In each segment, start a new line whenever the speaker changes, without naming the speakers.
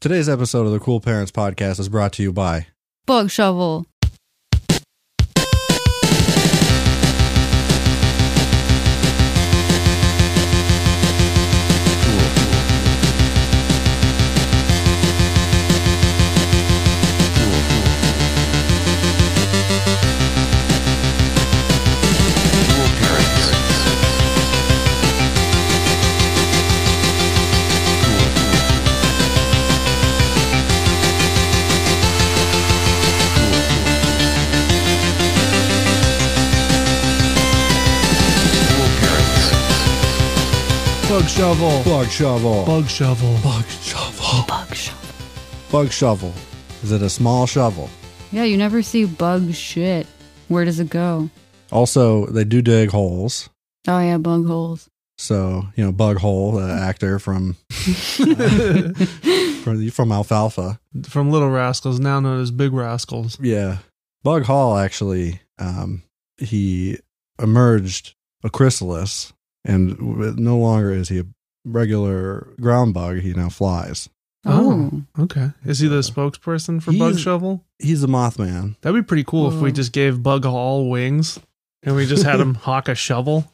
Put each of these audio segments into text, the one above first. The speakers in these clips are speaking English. Today's episode of the Cool Parents Podcast is brought to you by
Bug shovel.
Bug shovel.
Bug Shovel.
Bug shovel.
Bug Shovel.
Bug shovel.
Bug Shovel. Is it a small shovel?
Yeah, you never see bug shit. Where does it go?
Also, they do dig holes.
Oh yeah, bug holes.
So, you know, Bug Hole, the actor from, from from Alfalfa.
From Little Rascals, now known as Big Rascals.
Yeah. Bug Hall actually um he emerged a chrysalis and w- no longer is he a regular ground bug, he now flies.
Oh.
Okay. Is he the spokesperson for Bug
He's- Um,
Shovel?
He's a mothman.
That'd be pretty cool if we
Oh.
just gave Bug Hall wings and we just had him hawk a shovel.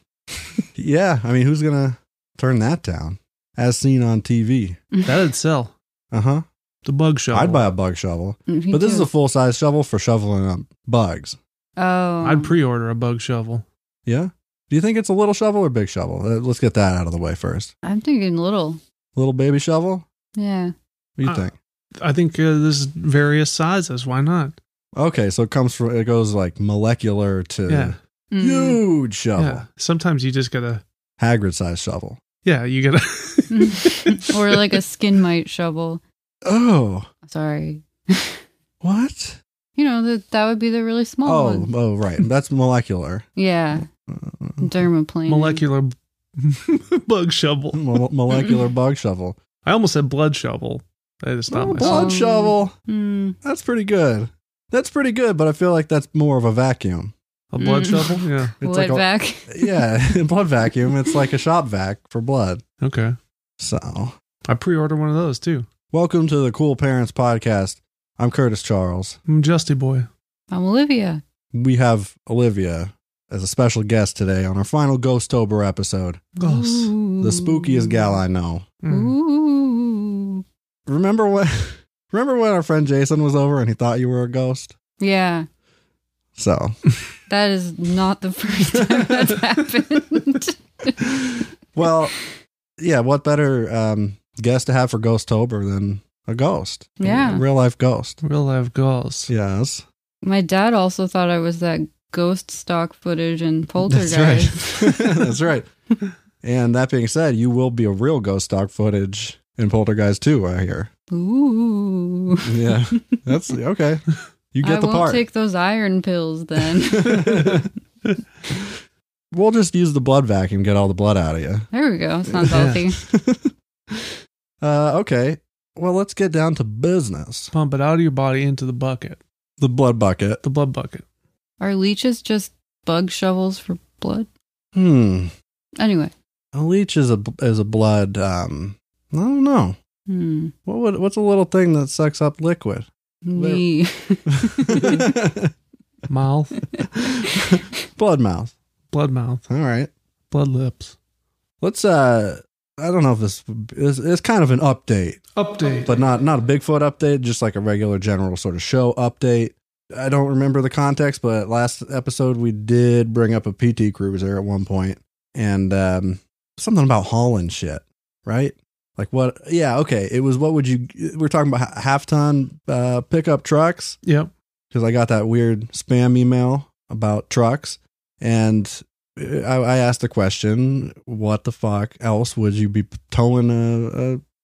Yeah, I mean, who's going to turn that down? As seen on TV.
That'd sell.
Uh huh.
The Bug Shovel.
I'd buy a bug shovel,
Me
but this
too.
is a full size shovel for shoveling up bugs.
Oh.
Um,
I'd pre-order a Bug Shovel.
Yeah. Do you think it's a little shovel or big shovel? Uh, let's get that out of the way first.
I'm thinking little.
Little baby shovel.
Yeah.
What do you
Uh.
think?
I think uh, there's various sizes. Why not?
Okay, so it comes from it goes like molecular to
Yeah.
Mm.
huge shovel,
Yeah. Sometimes you just gotta.
Hagrid size shovel.
Yeah, you gotta.
or like a skin mite shovel.
Oh,
Sorry.
what?
You know that that would be the really small
Oh,
one.
oh, right. That's molecular.
Yeah. Dermaplane.
molecular bug shovel.
Mo- molecular bug shovel.
I almost said blood shovel. I just stopped myself.
Blood
Um,
shovel.
Mm.
That's pretty good. That's pretty good, but I feel like that's more of a vacuum.
A blood
Mm.
shovel? Yeah.
It's
Wet
like a,
back.
yeah, a blood vacuum. It's like a shop vac for blood.
Okay.
So,
I pre order one of those too.
welcome to the Cool Parents Podcast. I'm Curtis Charles.
I'm Mm, Justy Boy.
I'm Olivia.
We have Olivia as a special guest today on our final Ghostober episode,
Goss.
the spookiest gal I Hmm. know.
Mm.
Ooh.
Remember when? Remember when our friend Jason was over and he thought you were a ghost?
Yeah.
So,
That is not the first time that's happened.
well, yeah. What better um, guest to have for Ghostober than a ghost?
Yeah.
a real life ghost.
Real life goss.
Yes.
My dad also thought I was that ghost stock footage in Poltergeist.
That's right. That's right. And that being said, you will be a real ghost stock footage in Poltergeist 2, I hear.
Ooh.
Yeah. That's okay. You get
I
the
won't
part.
take those iron pills then.
we'll just use the blood vacuum, get all the blood out of you.
there we go. Sounds healthy.
Uh, okay. Well, let's get down to business.
Pump it out of your body into the bucket,
The blood bucket.
the blood bucket.
Are leeches just bug shovels for blood?
Hmm.
Anyway.
A leech is a is a blood. Um, I don't know.
Hmm.
What would, what's a little thing that sucks up liquid?
Lee.
Mouth,
blood mouth.
blood mouth,
All right.
blood lips.
Let's uh I don't know if this is it's kind of an update,
Update.
but not not a Bigfoot update, just like a regular general sort of show update. I don't remember the context, but last episode we did bring up a PT cruiser at one point and um something about hauling shit, right? Like what yeah, okay, it was what would you we're talking about half ton uh pickup trucks
Yep.
because I got that weird spam email about trucks, and uh, I, I asked the question, "What the fuck else would you be towing a, a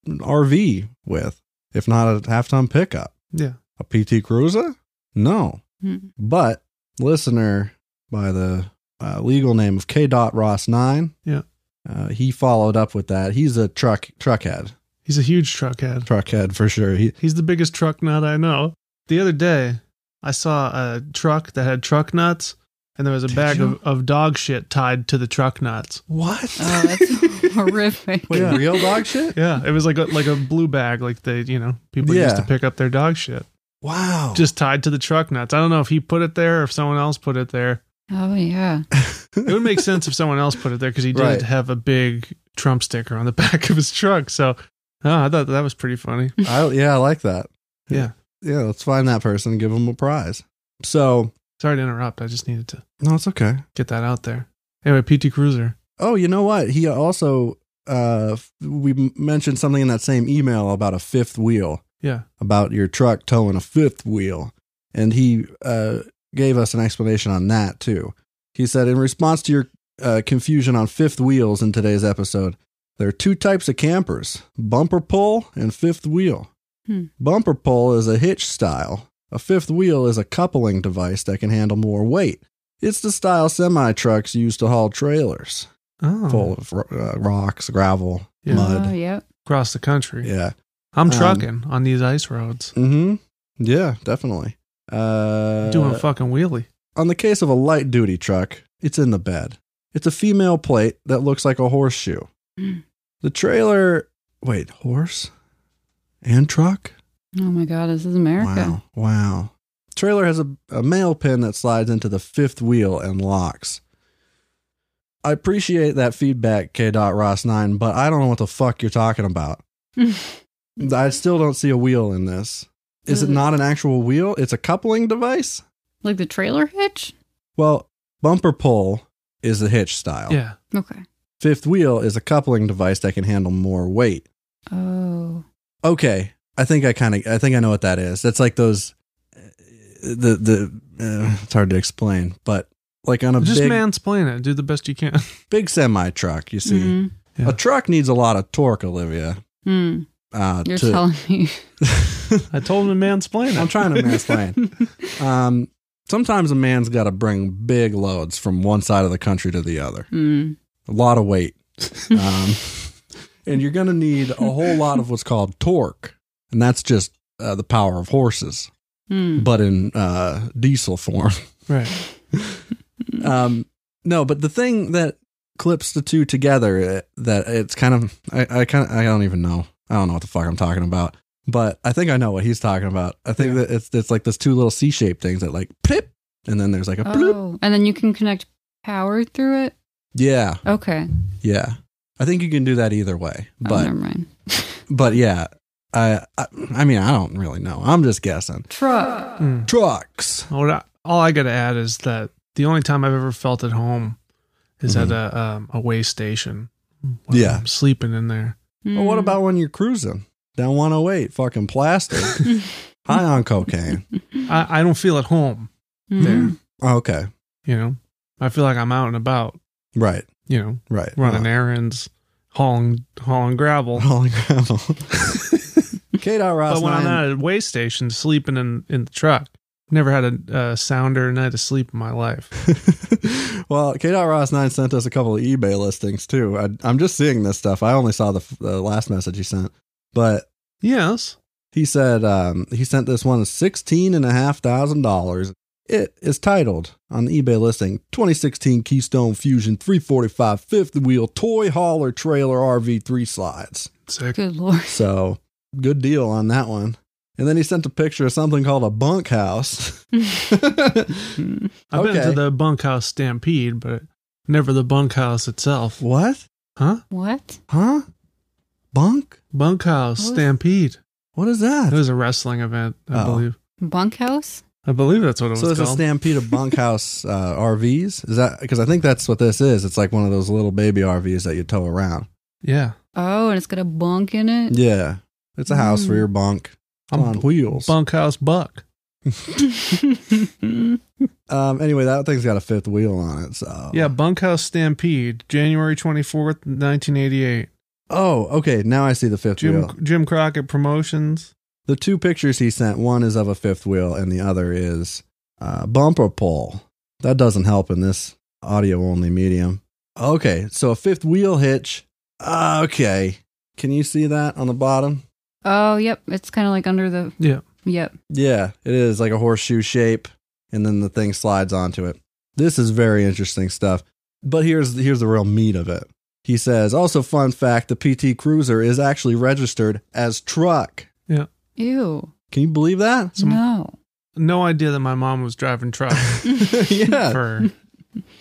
an RV with?" if not a half ton pickup.
Yeah.
A PT Cruiser? No.
Hmm.
But listener by the uh, legal name of K. Dot Ross Nine.
Yeah.
Uh, he followed up with that. He's a truck truck head,
He's a huge truck head.
truck head for sure. He
He's the biggest truck nut I know. The other day, I saw a truck that had truck nuts, and there was a
Did
bag
you?
of, of dog shit tied to the truck nuts.
what?
Oh, that's horrific.
Wait, real dog shit?
Yeah, it was like a, like a blue bag, like they you know people used to
Yeah.
pick up their dog shit,
Wow.
just tied to the truck nuts. I don't know if he put it there or if someone else put it there.
Oh yeah.
It would make sense if someone else put it there because he did
Right.
have a big Trump sticker on the back of his truck. So oh, I thought that was pretty funny.
I, yeah, I like that.
Yeah.
Yeah, let's find that person and give them a prize. So,
Sorry to interrupt. I just needed to
no, it's okay.
get that out there. Anyway, PT Cruiser.
Oh, you know what? He also, uh, f- we m- mentioned something in that same email about a fifth wheel,
Yeah.
about your truck towing a fifth wheel. And he uh, gave us an explanation on that too. He said, in response to your uh, confusion on fifth wheels in today's episode, there are two types of campers bumper pull and fifth wheel.
Hmm.
Bumper pull is a hitch style, a fifth wheel is a coupling device that can handle more weight. It's the style semi trucks use to haul trailers
Oh.
full of ro- uh, rocks, gravel,
Yeah.
Oh
mud.
yep.
across the country.
Yeah. Um,
I'm trucking on these ice roads,
Mm-hmm. Yeah, definitely. Uh,
doing a fucking wheelie.
on the case of a light duty truck, it's in the bed. It's a female plate that looks like a horseshoe.
Mm.
the trailer. Wait, horse and truck?
Oh my god, this is America.
Wow. Wow. Trailer has a, a mail pin that slides into the fifth wheel and locks. I appreciate that feedback, K. Dot Ross Nine, but I don't know what the fuck you're talking about. I still don't see a wheel in this. Is it not an actual wheel? It's a coupling device?
Like the trailer hitch?
Well, bumper pull is the hitch style.
Yeah.
Okay.
Fifth wheel is a coupling device that can handle more weight.
Oh.
Okay, I think I kind of I think I know what that is. That's like those uh, the the uh, it's hard to explain, but like on a
Just
big
mansplain it. Do the best you can.
big semi truck, you see.
Mm.
Yeah.
A truck needs a lot of torque, Olivia.
Mm.
Uh,
You're
to,
telling me.
I told him to mansplain it.
I'm trying to mansplain. Um, sometimes a man's got to bring big loads from one side of the country to the other.
Mm.
A lot of weight. Um, and you're going to need a whole lot of what's called torque. And that's just uh, the power of horses,
Mm.
but in uh, diesel form.
right.
Um, no, but the thing that clips the two together, uh, that it's kind of, I, I kind of, I don't even know. I don't know what the fuck I'm talking about. But I think I know what he's talking about. I think
Yeah.
that it's, it's like those two little C shaped things that like, plip, and then there's like a bloop.
Oh. And then you can connect power through it?
Yeah,
Okay.
yeah. I think you can do that either way.
oh,
But
never mind.
but yeah, I, I I mean I don't really know. I'm just guessing.
Truck.
Mm.
Trucks.
What I, all I got to add is that the only time I've ever felt at home is
Mhm.
at a um, a way station. when
Yeah.
I'm sleeping in there.
Well,
Mm.
what about when you're cruising down 108, fucking plastic, high on cocaine?
I, I don't feel at home
Hmm. Mm-hmm.
there.
Okay,
You know, I feel like I'm out and about.
right,
You know,
right.
running errands, hauling hauling gravel.
Holy gravel. K. Dot Ross.
but when I'm
nine-
at a way station sleeping in, in the truck, never had a, a sounder night of sleep in my life.
well, K. Dot Ross nine sent us a couple of eBay listings too. I, I'm just seeing this stuff. I only saw the, f- the last message he sent, but
Yes.
He said um, he sent this one sixteen and a half thousand dollars. It is titled on the eBay listing 2016 Keystone Fusion 345 fifth wheel toy hauler trailer RV three slides.
Sick.
Good lord.
So good deal on that one. And then he sent a picture of something called a bunkhouse.
Mm.
I've been to
Okay.
the bunkhouse stampede, but never the bunkhouse itself.
what?
Huh?
What?
Huh? Bunk?
Bunkhouse
What was-
stampede.
What is
It
that?
was a wrestling event, I
Oh.
believe.
Bunkhouse?
I believe that's what it
So
was
it's a
called.
stampede of bunkhouse uh, RVs. Is that because I think that's what this is? It's like one of those little baby RVs that you tow around.
yeah.
Oh, and it's got a bunk in it?
Yeah. It's a house for
Mm.
your bunk. It's
I'm
on
b-
wheels.
Bunkhouse buck.
Um, anyway, that thing's got a fifth wheel on it. So
Yeah, bunkhouse stampede, January 24th, 1988.
Oh, okay. Now I see the fifth
Jim
wheel.
Jim Crockett Promotions.
the two pictures he sent, one is of a fifth wheel and the other is uh, bumper pole. That doesn't help in this audio only medium. Okay, so a fifth wheel hitch. Okay. Can you see that on the bottom?
Oh, yep. It's kind of like under the.
Yeah.
Yep.
Yeah, it is like a horseshoe shape and then the thing slides onto it. This is very interesting stuff. But here's here's the real meat of it. He says, also fun fact, the PT Cruiser is actually registered as truck.
Ew.
Can you believe that?
Some-
no.
No idea that my mom was driving truck
yeah.
for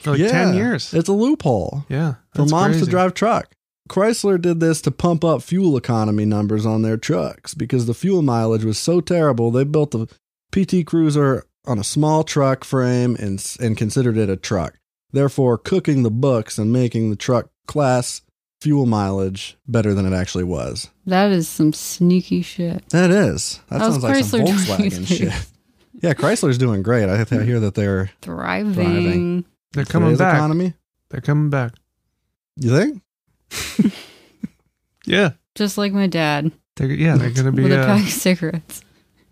for like
Yeah.
Oh, ten years.
It's a loophole
yeah,
for
that's
moms
crazy.
to drive truck. Chrysler did this to pump up fuel economy numbers on their trucks because the fuel mileage was so terrible. They built the PT Cruiser on a small truck frame and s- and considered it a truck, therefore cooking the books and making the truck class fuel mileage better than it actually was.
That is some sneaky shit.
That is. That
How's
sounds like some
Chrysler doing
Volkswagen
these
shit.
days?
Yeah, Chrysler's doing great. I, I hear that they're
Thriving.
Thriving.
They're coming
today's
back.
Economy.
They're coming back.
You think?
Yeah,
Just like my dad
they're yeah they're gonna be
with a
uh,
pack of cigarettes.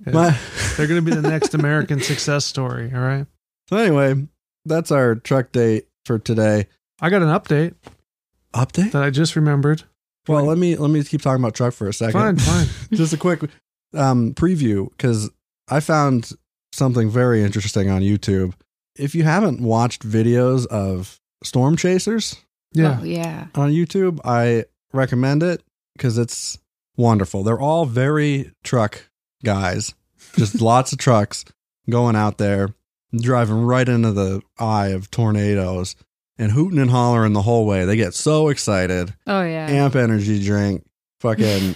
yeah.
My-
they're gonna be the next American success story. All right,
So anyway, that's our truck date for today.
I got an update
Update?
that I just remembered.
Well, let me let me keep talking about truck for a second.
Fine, fine.
Just a quick um, preview because I found something very interesting on YouTube. If you haven't watched videos of storm chasers
Yeah,
Oh, yeah.
on YouTube, I recommend it because it's wonderful. They're all very truck guys, just lots of trucks going out there, driving right into the eye of tornadoes and hooting and hollering the whole way. They get so excited
Oh, yeah.
amp energy drink, fucking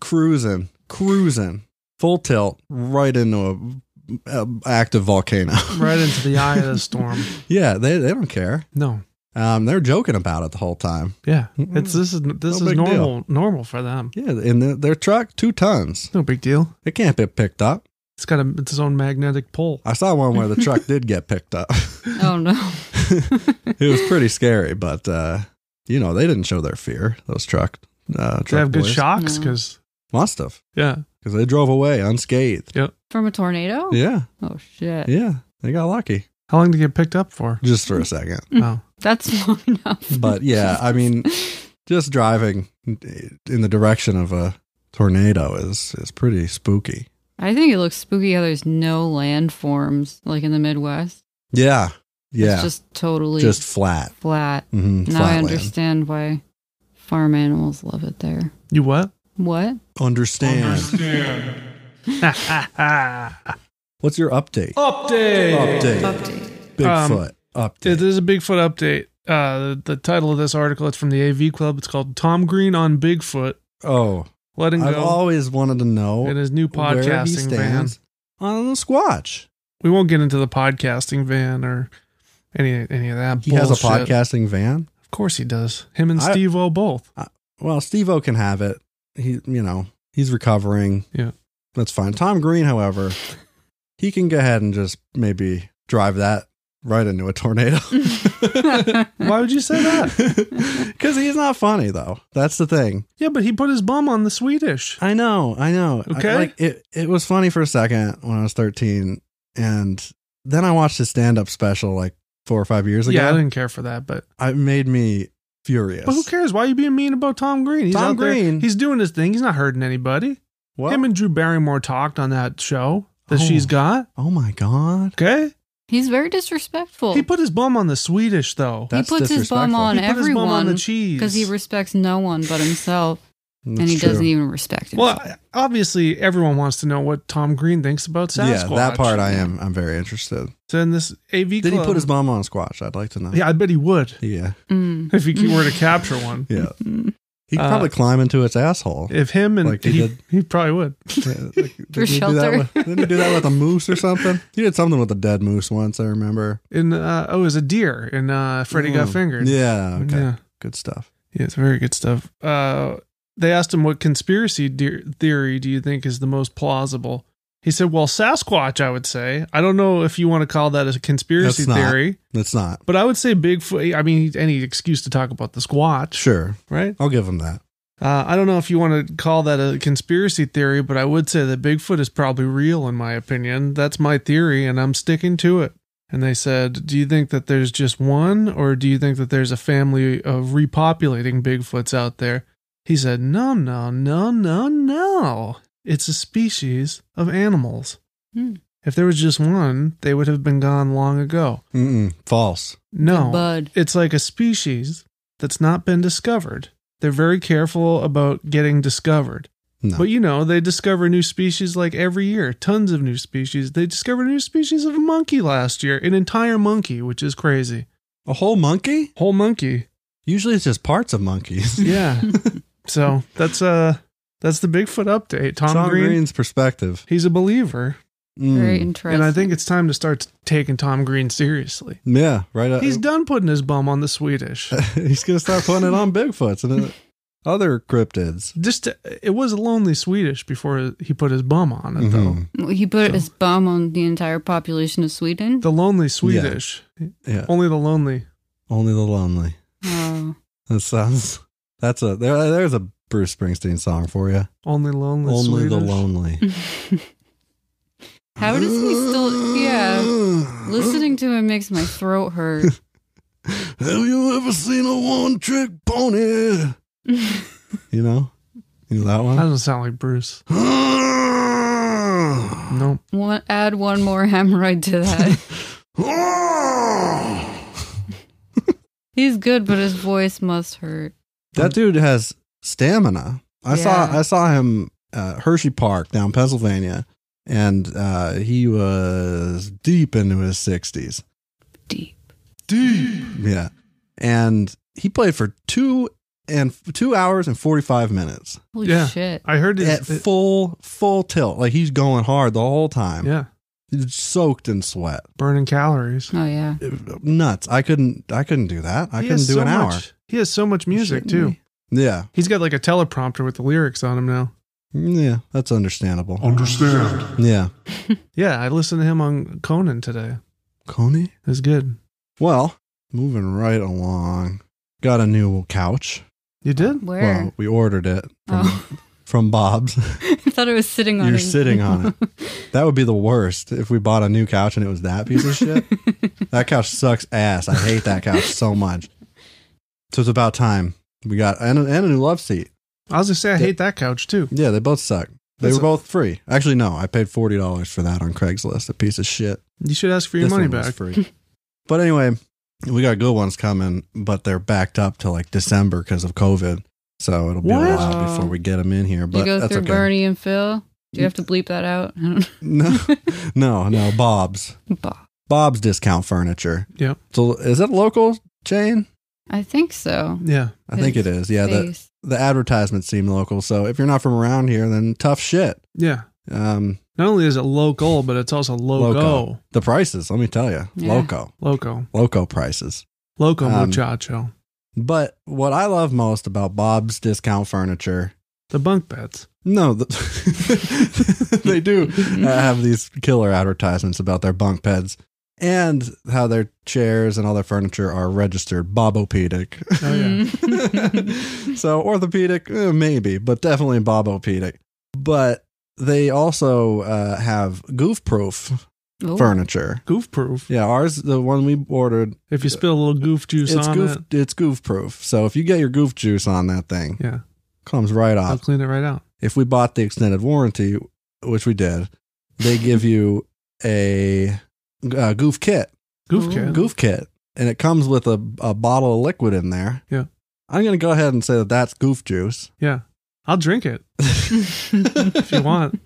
cruising, cruising, full tilt right into a, a active volcano.
right into the eye of the storm.
yeah, they they don't care.
No,
Um, they're joking about it the whole time.
yeah,
Mm-mm.
it's this is this
No
is
big
normal normal for them.
Yeah, in the, their truck, two tons.
No big deal.
It can't get picked up.
It's got a, its its own magnetic pole.
I saw one where the truck did get picked up.
Oh, no.
it was pretty scary, but uh, you know they didn't show their fear. Those truck, uh, truck
They have good
boys.
shocks
No.
because
must have
yeah,
because they drove away unscathed.
From a tornado?
Yeah,
Oh, shit.
yeah, they got lucky
how long to get picked up for?
just for a second.
Oh,
That's long enough.
but yeah, I mean, just driving in the direction of a tornado is is pretty spooky.
I think it looks spooky how there's no landforms like in the Midwest.
Yeah, yeah,
It's
just,
just totally
flat.
flat.
hmm
Now I understand why farm animals love it there.
you what?
What?
Understand. What's your update?
Oh. Update.
Update.
Update.
Bigfoot. update.
There's a Bigfoot update. Uh, the, the title of this article it's from the AV Club. It's called "Tom Green on Bigfoot:
oh,
Letting
I've
Go"
always wanted to know
in his new
where he
podcasting van.
stands on the Squatch.
We won't get into the podcasting van or any any of that.
He has a
bullshit.
podcasting van.
Of course he does. Him and
I-
Steve O both.
Well, Steve O can have it. He, you know, he's recovering.
Yeah.
That's fine. Tom Green, however, he can go ahead and just maybe drive that right into a tornado.
Why would you say that?
Because he's not funny, though. That's the thing.
yeah, but he put his bum on the Swedish.
I know. I know. I-
Okay.
like, it, it was funny for a second when I was 13. And then I watched his stand up special like four or five years ago.
Yeah, I didn't care for that, but
it made me furious.
but who cares? Why are you being mean about Tom Green? He's
Tom
out there-
Green.
he's doing his thing. He's not hurting anybody.
What?
Him and Drew Barrymore talked on that show that
Oh.
she's got.
oh my God.
Okay.
He's very disrespectful.
He put his bum on the Swedish though.
That's
puts his bum
disrespectful.
on
he put his bum on the
everyone
cheese.
because he respects no one but himself,
That's
and he
true.
doesn't even respect himself.
well, obviously, everyone wants to know what Tom Green thinks about Sasquatch.
Yeah, that part I am. I'm very interested.
So in this AV
Did he
club-
put his mom on a squash? I'd like to know.
Yeah, I bet he would
yeah,
Mm.
if he were to capture one.
yeah.
Mm.
He could
Uh,
probably climb into its asshole.
If him and
Like he
he,
did-
he probably would.
Yeah, like, didn't
For
he do that
shelter.
with- Didn't he do that with a moose or something? He did something with a dead moose once. I remember.
in uh, oh, it was a deer in uh, Freddy Got
Mm.
Fingered.
Yeah. Okay.
yeah,
Good stuff.
Yeah, it's very good stuff. Uh, they asked him what conspiracy de- theory do you think is the most plausible. He said, "Well, Sasquatch, I would say. I don't know if you want to call that a conspiracy
That's not-
theory,
It's not
but I would say Bigfoot. I mean, any excuse to talk about the Squatch,
sure.
right?
I'll give him that.
Uh, I don't know if you want to call that a conspiracy theory, but I would say that Bigfoot is probably real, in my opinion. That's my theory, and I'm sticking to it. And they said, Do you think that there's just one, or do you think that there's a family of repopulating Bigfoots out there? He said, No, no, no, no, no. It's a species of animals.
Hmm.
If there was just one, they would have been gone long ago.
Mm-mm, false.
No.
The bud.
It's like a species that's not been discovered. They're very careful about getting discovered.
No.
But you know, they discover new species like every year, tons of new species. They discovered a new species of a monkey last year, an entire monkey, which is crazy.
a whole monkey?
Whole monkey.
Usually it's just parts of monkeys.
Yeah. so, that's uh that's the Bigfoot update. Tom,
Tom
Green,
Green's perspective.
he's a believer,
Mm.
Very interesting.
and I think it's time to start taking Tom Green seriously.
Yeah, right. up-
He's done putting his bum on the Swedish.
he's gonna start putting it on Bigfoots and other cryptids.
just to, it was a lonely Swedish before he put his bum on it though.
Mhm.
he put his bomb on the entire population of Sweden.
The lonely Swedish,
Yeah,
only the lonely.
only the lonely.
Oh.
That sounds. That's a there. There's a Bruce Springsteen song for you.
Only lonely.
only the
Swedish.
lonely.
How does he still? Yeah, listening to him makes my throat hurt.
Have you ever seen a one-trick pony? you know, you know that
That
one.
doesn't sound like Bruce. No,
One, add one more hemorrhoid to that. He's good, but his voice must hurt.
That dude has stamina. I saw
Yeah.
I saw him uh, Hershey Park down Pennsylvania, and uh, he was deep into his sixties.
Deep.
Deep. Yeah, and he played for two and two hours and forty five minutes
Holy
Yeah.
shit!
I heard his,
at
it-
full full tilt. Like he's going hard the whole time.
yeah,
He's soaked in sweat.
burning calories.
Oh yeah.
Nuts. I couldn't. I couldn't do that. I
He
couldn't
has
do
so
an hour.
much- He has so much music
Shouldn't
too.
he? Yeah.
He's got like a teleprompter with the lyrics on him now.
Yeah. That's understandable.
Understand.
Yeah.
Yeah, I listened to him on Conan today.
Coney.
It was good.
Well, moving right along. Got a new couch.
You did?
Where?
Well, we ordered it from,
oh,
from Bob's.
I thought I was sitting on.
You're
it.
sitting on that would be the worst if we bought a new couch and it was that piece of shit. that couch sucks ass. I hate that couch so much. So it's about time we got and, a- and a new love seat.
I was gonna say I hate that couch too.
Yeah, they both suck. They
That's
were
a-
both free. Actually, no, I paid forty dollars for that on Craigslist. A piece of shit.
You should ask for your
This
money
one was
back.
free. but anyway, we got good ones coming, but they're backed up to like December because of COVID. So it'll be
What?
a while before we get them in here. But
you go
that's
through
okay.
Bernie and Phil. Do you have to bleep that out? I don't
No, no, no. Bob's
know. Bah.
Bob's Discount Furniture.
Yep.
So is it a local chain?
I think so.
Yeah.
I think it is. Yeah. The
Face.
the advertisements seem local. So if you're not from around here, then tough shit.
Yeah.
Um,
Not only is it local, but it's also logo.
Loco. the prices. Let me tell you,
Yeah.
loco,
Loco.
loco prices.
Loco
Um,
muchacho.
But what I love most about Bob's Discount Furniture,
The bunk beds.
no, the, they do
Mm-hmm.
have these killer advertisements about their bunk beds and how their chairs and all their furniture are registered Bobopedic.
Oh
Mm-hmm.
yeah.
Mm.
so orthopedic, eh, maybe, but definitely Bobopedic. But they also uh, have goof-proof
Oh.
furniture.
goof proof.
Yeah, ours, the one we ordered,
If you spill a little goof juice
it's
on
goof,
it,
it's goof-proof. So if you get your goof juice on that thing,
yeah,
comes right
I'll
off.
clean it right out.
if we bought the extended warranty, which we did, they give you a, uh goof kit,
Goof
Ooh.
kit.
goof kit, and it comes with a, a bottle of liquid in there.
Yeah.
I'm going to go ahead and say that that's goof juice.
Yeah, I'll drink it if you want.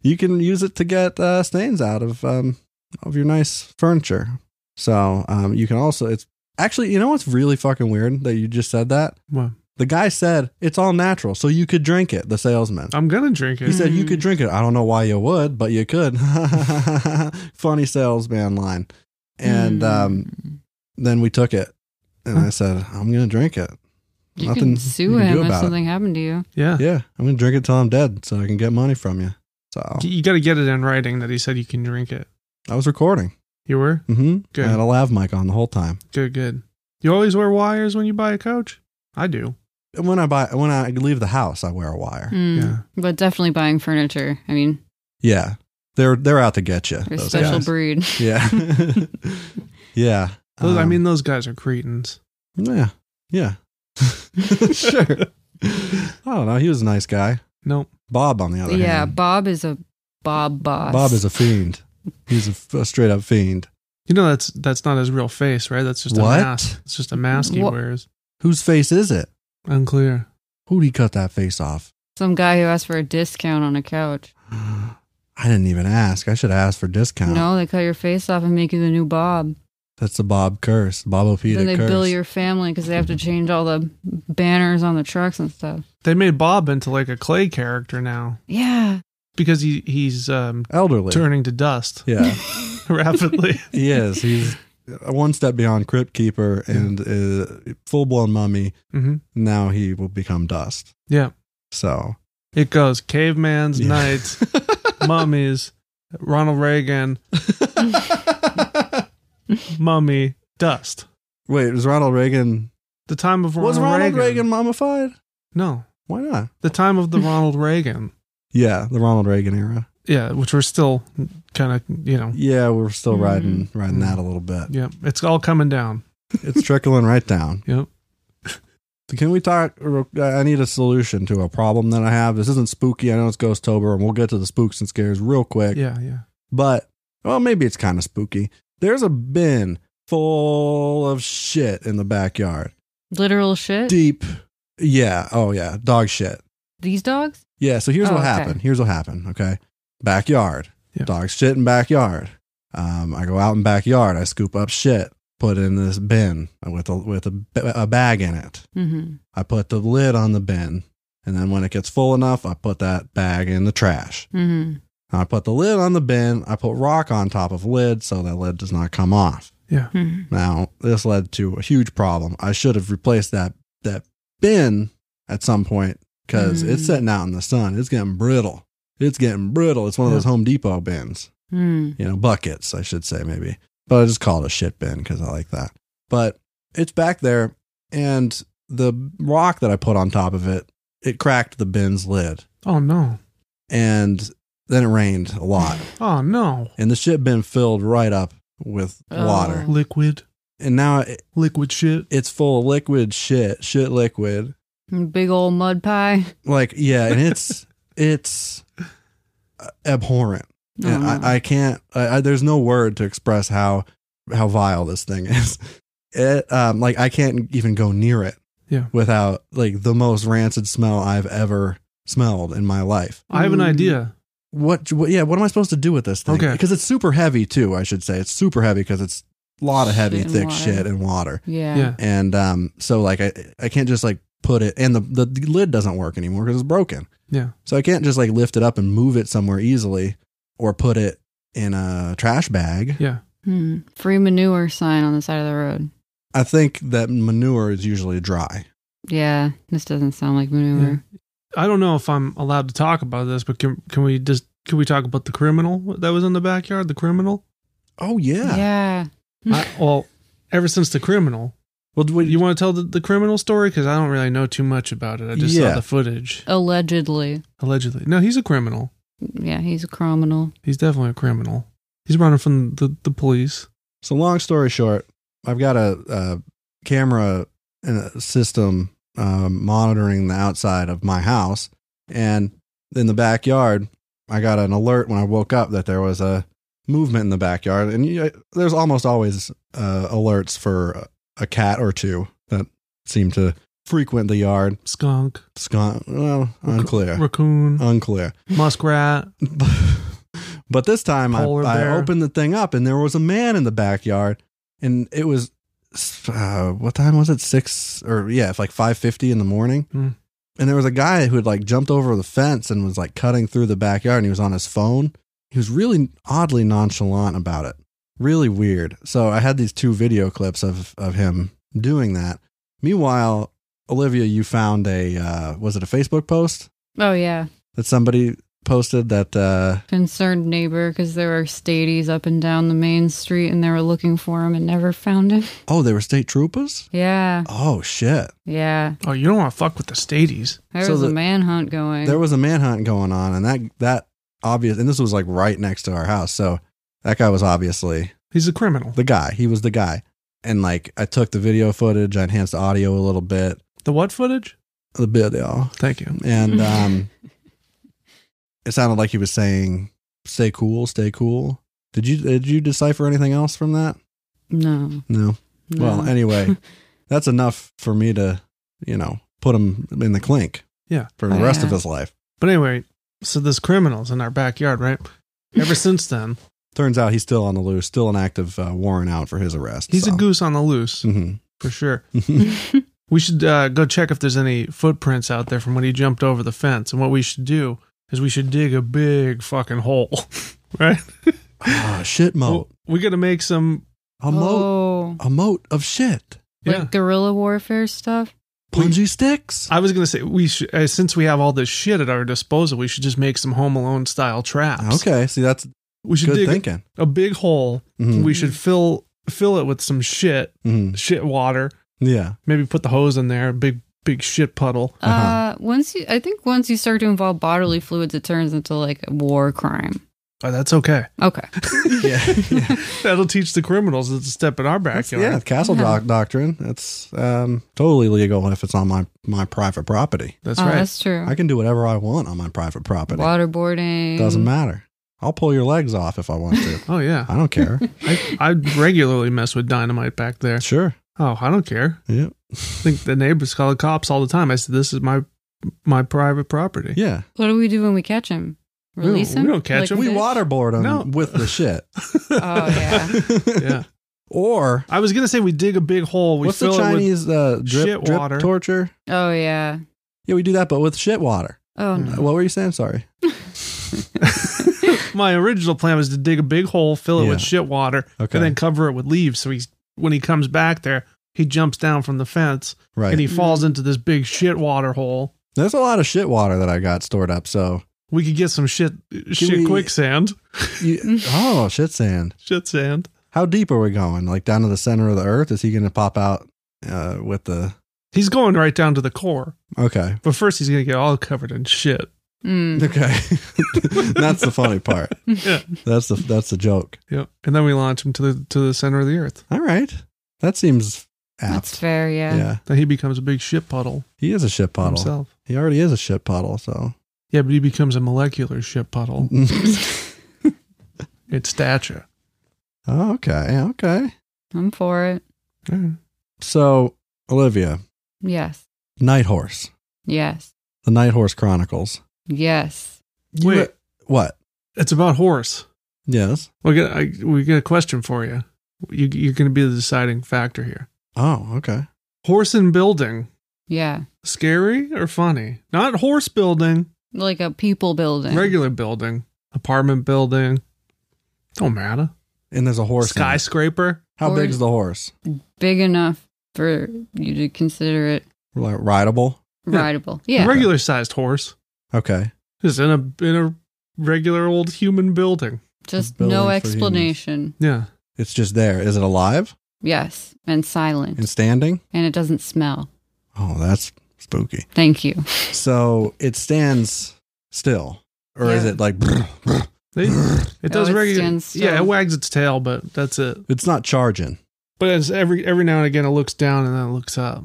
You can use it to get uh, stains out of um, of your nice furniture. So um, you can also it's actually you know what's really fucking weird that you just said that
well,
the guy said it's all natural, so you could drink it. The salesman.
I'm gonna drink
He
it.
said you
Mm.
could drink it. I don't know why you would, but you could. Funny salesman line.
Mm.
And um, then we took it, and I said, "I'm gonna drink it.
you
nothing
can sue
you can do
him if
about it.
something happened to you.
Yeah.
Yeah, I'm gonna drink it till I'm dead, so I can get money from you." So
You got to get it in writing that he said you can drink it.
I was recording.
You were
Mm-hmm.
Good.
I had a lav mic on the whole time.
good, good. You always wear wires when you buy a couch. I do.
when I buy when I leave the house, I wear a wire.
Mm.
Yeah.
But definitely buying furniture. I mean,
Yeah, they're they're out to get you.
they're a special
guys.
breed.
Yeah, yeah.
Those, I
Um,
mean, those guys are cretins.
yeah, yeah. sure. I don't know. He was a nice guy.
Nope.
Bob, on the other
yeah,
hand,
Bob is a Bob boss.
Bob is a fiend. He's a f- a, straight up fiend.
You know that's that's not his real face, right? That's just
What?
a mask. It's just a mask he
What?
wears.
Whose face is it?
Unclear.
Who'd he cut that face off?
some guy who asked for a discount on a couch.
I didn't even ask. I should have asked for discount.
No, they cut your face off and make you the new Bob.
That's the Bob curse. Bob
then they
curse.
bill your family because they have to change all the banners on the trucks and stuff.
They made Bob into like a clay character now
Yeah,
because he he's um,
Elderly.
turning to dust
Yeah.
rapidly.
he is. He's one step beyond Crypt Keeper and uh, full blown mummy.
hmm
Now he will become dust.
Yeah,
So
it goes caveman's
Yeah.
nights, mummies, Ronald Reagan, mummy, dust.
wait, was Ronald Reagan
The time of Ronald,
was Ronald
Reagan.
Reagan. mummified?
No,
Why not?
the time of the Ronald Reagan.
Yeah, the Ronald Reagan era.
Yeah, which we're still kind of you know.
Yeah, we're still
Mhm.
riding riding that a little bit.
Yeah, it's all coming down.
It's trickling right down.
Yep.
Can we talk? I need a solution to a problem that I have. This isn't spooky. I know it's Ghostober, and we'll get to the spooks and scares real quick.
Yeah, yeah.
But, well, maybe it's kind of spooky. There's a bin full of shit in the backyard.
literal shit.
Deep. Yeah. Oh, yeah. Dog shit.
These dogs.
Yeah. So here's
Oh,
what
okay.
happened. Here's what happened. Okay. Backyard.
Yeah.
Dog shit in backyard. Um, I go out in backyard. I scoop up shit, put in this bin with a, with a, a bag in it.
Mm-hmm.
I put the lid on the bin. And then when it gets full enough, I put that bag in the trash.
Mm-hmm.
I put the lid on the bin. I put rock on top of lid so that lid does not come off.
Yeah.
Mm-hmm.
Now, this led to a huge problem. I should have replaced that that bin at some point because
Mm.
it's sitting out in the sun. It's getting brittle. It's getting brittle. It's one of those
Yeah.
Home Depot bins,
Mm-hmm.
you know, buckets, I should say, maybe. But I just call it a shit bin because I like that. But it's back there, and the rock that I put on top of it, it cracked the bin's lid.
Oh no.
And then it rained a lot.
Oh no.
and the shit been filled right up with
Oh.
water.
Liquid.
And now it,
Liquid shit.
it's full of liquid shit, shit liquid.
Big old mud pie.
Like yeah, and it's it's uh, abhorrent. And
Oh, no.
I, I can't. I, I, there's no word to express how how vile this thing is. It um like I can't even go near it.
Yeah.
Without like the most rancid smell I've ever smelled in my life.
I have an
Mm.
idea.
What, what yeah, what am I supposed to do with this thing?
Okay.
Because it's super heavy too, I should say. It's super heavy because it's a lot of heavy,
Shit and
thick
water.
shit and water.
yeah.
Yeah.
And um so like I I can't just like put it and the, the lid doesn't work anymore because it's broken.
Yeah.
So I can't just like lift it up and move it somewhere easily or put it in a trash bag.
Yeah.
Hmm. Free manure sign on the side of the road.
I think that manure is usually dry.
Yeah, this doesn't sound like manure.
I don't know if I'm allowed to talk about this, but can can we just can we talk about the criminal that was in the backyard? The criminal.
Oh yeah.
yeah.
I, well, ever since the criminal.
Well, do
You want to tell the, the criminal story? Because I don't really know too much about it. I just
Yeah.
saw the footage.
Allegedly.
Allegedly. No, he's a criminal.
Yeah, he's a criminal.
He's definitely a criminal. He's running from the, the police.
So long story short, I've got a, a camera and a system um, monitoring the outside of my house, and in the backyard, I got an alert when I woke up that there was a movement in the backyard, and you, there's almost always uh, alerts for a cat or two that seem to frequent the yard.
Skunk,
Scon- well, unclear,
raccoon,
unclear.
muskrat.
but this time I,
Polar
I
bear.
opened the thing up and there was a man in the backyard and it was uh, what time was it six or yeah it's like 5.50 in the morning
Hmm.
and there was a guy who had like jumped over the fence and was like cutting through the backyard and he was on his phone he was really oddly nonchalant about it really weird so i had these two video clips of of him doing that meanwhile olivia you found a uh, was it a facebook post
Oh yeah.
that somebody posted that uh,
Concerned neighbor because there were stadies up and down the main street and they were looking for him and never found him.
oh they were state troopers.
Yeah,
Oh shit!
yeah.
Oh, you don't want to fuck with the stadies.
There
So
was
the-
a manhunt going.
There was a manhunt going on, and that that obvious, and this was like right next to our house, so that guy was obviously
He's a criminal.
the guy. He was the guy, and like I took the video footage, I enhanced the audio a little bit,
The what footage?
the video,
Thank you.
and um, it sounded like he was saying, "Stay cool, stay cool." Did you did you decipher anything else from that?
no,
No.
no.
Well, anyway, that's enough for me to, you know, put him in the clink.
Yeah.
For the
Oh,
rest of
yeah.
his life.
But anyway, so this criminal's in our backyard, right? Ever since then,
Turns out he's still on the loose, still an active uh, warrant out for his arrest. Mm-hmm.
he's a goose on the loose
hmm
for sure. We should uh, go check if there's any footprints out there from when he jumped over the fence. And what we should do is we should dig a big fucking hole, right?
ah, shit moat.
We got to make some.
A moat.
Oh,
A moat of shit.
Yeah.
like guerrilla warfare stuff.
Punji sticks.
I was gonna say we should uh, since we have all this shit at our disposal, we should just make some Home Alone style traps.
Okay. See, that's
we should
good
dig
thinking.
a big hole.
Mhm.
We should fill fill it with some shit,
Mhm.
shit water.
Yeah.
Maybe put the hose in there, big big shit puddle.
Uh-huh.
uh once you, I think once you start to involve bodily fluids, it turns into like a war crime.
Oh, that's okay.
Okay,
Yeah. yeah.
That'll teach the criminals to step in our
That's-
backyard.
yeah. Castle doc- doctrine. That's um, totally legal if it's on my, my private property.
That's
Oh,
right.
that's true.
I can do whatever I want on my private property.
Waterboarding
Doesn't matter. I'll pull your legs off if I want to.
oh yeah.
I don't care.
I, I regularly mess with dynamite back there.
sure.
Oh, I don't care.
Yep.
I think the neighbors call the cops all the time. I said, "This is my my private property."
Yeah.
What do we do when we catch him?
We don't-
Release him?
we don't catch him.
We
fish?
waterboard them
No.
with the shit.
Oh yeah.
Yeah.
Or
I was gonna say we dig a big hole. We
what's the
fill it with
Chinese uh, drip,
shit
drip
water.
torture?
Oh yeah.
Yeah, we do that, but with shit water. Uh,
Oh no.
What were you saying? Sorry.
my original plan was to dig a big hole, fill it with
Yeah.
shit water,
Okay.
and then cover it with leaves. So he's when he comes back there, he jumps down from the fence
Right.
and he falls into this big shit water hole.
There's a lot of shit water that I got stored up. So,
We could get some shit shit
we-
quicksand,
you, oh shit sand.
shit sand.
How deep are we going? Like down to the center of the earth? Is he going to pop out uh, with the?
He's going right down to the core,
Okay.
but first he's gonna get all covered in shit.
Mm.
Okay. that's the funny part.
Yeah.
That's the that's the joke.
Yep. And then we launch him to the to the center of the earth.
All right. That seems
That's
apt.
fair, yeah.
yeah.
Then he becomes a big shit puddle
He is a shit puddle.
himself.
He already is a shit puddle, so
Yeah, but he becomes a molecular shit puddle in stature.
Okay, okay.
I'm for it.
Yeah.
So, Olivia,
Yes.
Night Horse,
Yes.
The Night Horse Chronicles.
Yes.
You-
Wait.
What?
It's about horse.
Yes.
We got I, we got a question for you. you you're going to be the deciding factor here.
Oh, okay.
Horse in building,
Yeah.
scary or funny? Not horse building,
Like a people building.
regular building, apartment building. Don't matter.
And there's a horse. in it.
Skyscraper.
How
Horse.
big's the horse?
Big enough for you to consider it
Like rideable.
Yeah.
rideable. Yeah.
Regular sized horse.
Okay.
Just in a in a regular old human building.
Just
Building
no
for
explanation.
Yeah.
It's just there. Is it alive
Yes. And silent.
and standing?
and it doesn't smell.
Oh, that's spooky.
Thank you.
So it stands still, or is
Yeah.
it like? brr, brr?
They- it does
Oh, it
regular.
stands
Yeah, it
still.
wags its tail, but that's it.
It's not charging.
But it's every every now and again, it looks down and then it looks up.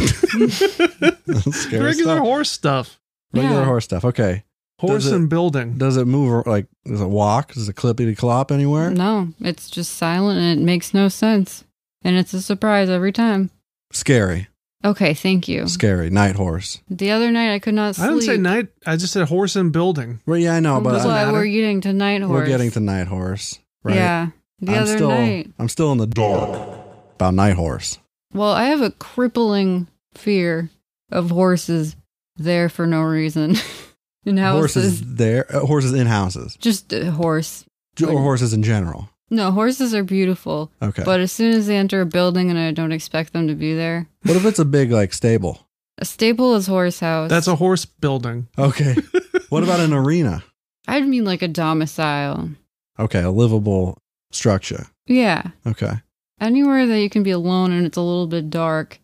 Scary
regular
stuff.
horse stuff.
Regular
Yeah.
horse stuff. Okay.
Horse
Does it-
and building.
Does it move or, like does it walk? Does it clippity clop anywhere?
No, it's just silent and it makes no sense. And it's a surprise every time.
Scary.
Okay, thank you.
Scary. Night horse.
The other night I could not sleep.
I didn't say night. I just said horse and building.
Well, yeah, I know, but
That's
I,
Well,
why we're getting to night horse.
we're getting to night horse. Right.
Yeah. The
I'm
other
still
night.
I'm still in the dark about night horse.
Well, I have a crippling fear of horses there for no reason. in houses.
Horses there. Uh, horses in houses
Just a horse.
J- or horses in general.
No, horses are beautiful.
Okay.
But as soon as they enter a building and I don't expect them to be there,
what if it's a big like stable?
a stable is horse house.
That's a horse building.
Okay. What about an arena?
I mean like a domicile.
Okay, a livable structure.
Yeah.
Okay.
Anywhere that you can be alone and it's a little bit dark.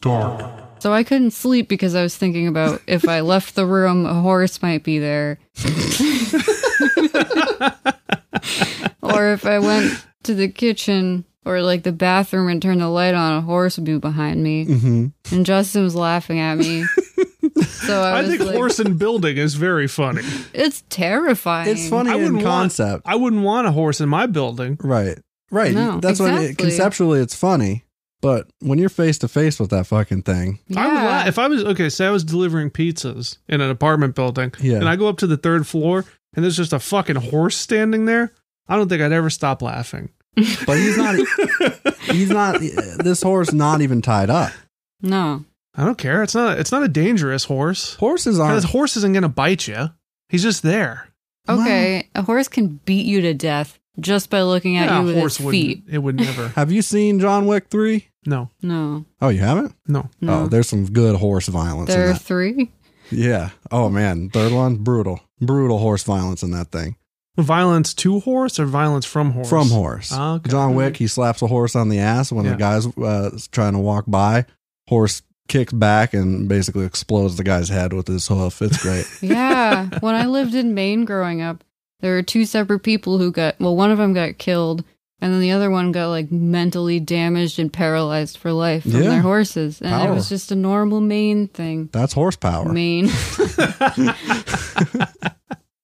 Dark.
So I couldn't sleep because I was thinking about if I left the room, a horse might be there. or if I went to the kitchen or like the bathroom and turned the light on, a horse would be behind me.
Mm-hmm.
And Justin was laughing at me. So I,
I
was
think
like,
horse and building is very funny.
It's terrifying.
It's funny
I
in
wouldn't want-
concept.
I wouldn't want a horse in my building.
Right. Right.
No,
That's what it,
exactly.
conceptually it's funny, but when you're face to face with that fucking thing,
Yeah.
I would la- if I was okay. Say I was delivering pizzas in an apartment building,
Yeah.
and I go up to the third floor, and there's just a fucking horse standing there. I don't think I'd ever stop laughing.
but he's not he's not this horse not even tied up.
no.
I don't care. It's not. It's not a dangerous horse.
Horses
This
aren't
horse isn't gonna bite you. He's just there.
Okay, a horse can beat you to death just by looking at you with its
would.
feet.
It would never.
Have you seen John Wick 3?
No,
No,
Oh, you haven't?
no.
no.
Oh, there's some good horse violence
there
in
are
that.
three.
Yeah. Oh man, third one brutal. Brutal horse violence in that thing.
Violence to horse or violence from horse?
From horse.
Ah, okay.
John Wick, he slaps a horse on the ass when
Yeah.
the guy's uh, trying to walk by. Horse kicks back and basically explodes the guy's head with his hoof. It's great.
Yeah. when I lived in Maine growing up, there were two separate people who got, well, one of them got killed, and then the other one got like mentally damaged and paralyzed for life from
Yeah.
their horses. And it
Power.
was just a normal Maine thing.
That's horsepower.
Maine. oh,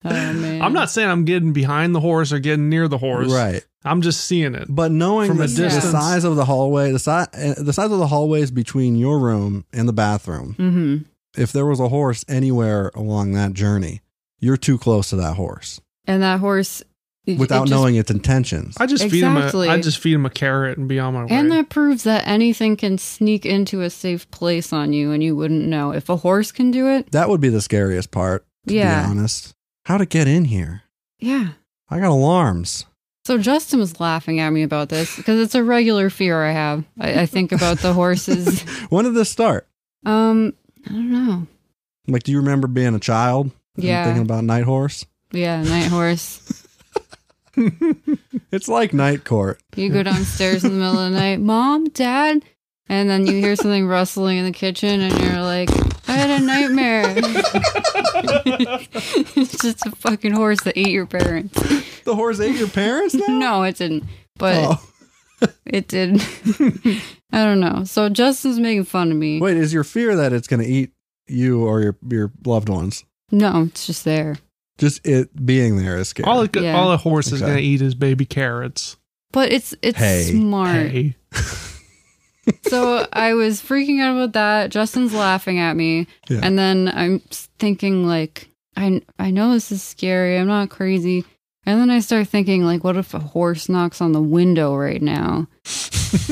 man.
I'm not saying I'm getting behind the horse or getting near the horse.
Right.
I'm just seeing it.
But knowing
From
the,
a
the
distance.
size of the hallway, the size the size of the hallways between your room and the bathroom,
Mm-hmm.
if there was a horse anywhere along that journey, you're too close to that horse
And that horse. it- it
without
just-
knowing its intentions.
I just feed him.
Exactly.
A, I just feed him a carrot and be on my way.
And that proves that anything can sneak into a safe place on you and you wouldn't know. If a horse can do it,
that would be the scariest part, to
Yeah.
be honest. How to get in here?
yeah.
I got alarms.
So Justin was laughing at me about this because it's a regular fear I have. I, I think about the horses.
When did this start?
Um, I don't know.
Like, do you remember being a child? and
Yeah.
Thinking about night horse?
Yeah, night horse.
It's like night court.
You go downstairs in the middle of the night, mom, dad, and then you hear something rustling in the kitchen, and you're like, I had a nightmare. it's just a fucking horse that ate your parents.
The horse ate your parents now?
No, it didn't. But
Oh.
it did. I don't know. So Justin's making fun of me.
Wait, is your fear that it's going to eat you or your, your loved ones?
No, it's just there.
Just it being there is scary.
all, it,
Yeah.
all a horse is
Okay.
gonna eat is baby carrots.
But it's it's
Hey.
smart.
Hey.
so I was freaking out about that. Justin's laughing at me,
Yeah.
and then I'm s- thinking like, I I know this is scary. I'm not crazy. And then I start thinking like, what if a horse knocks on the window right now?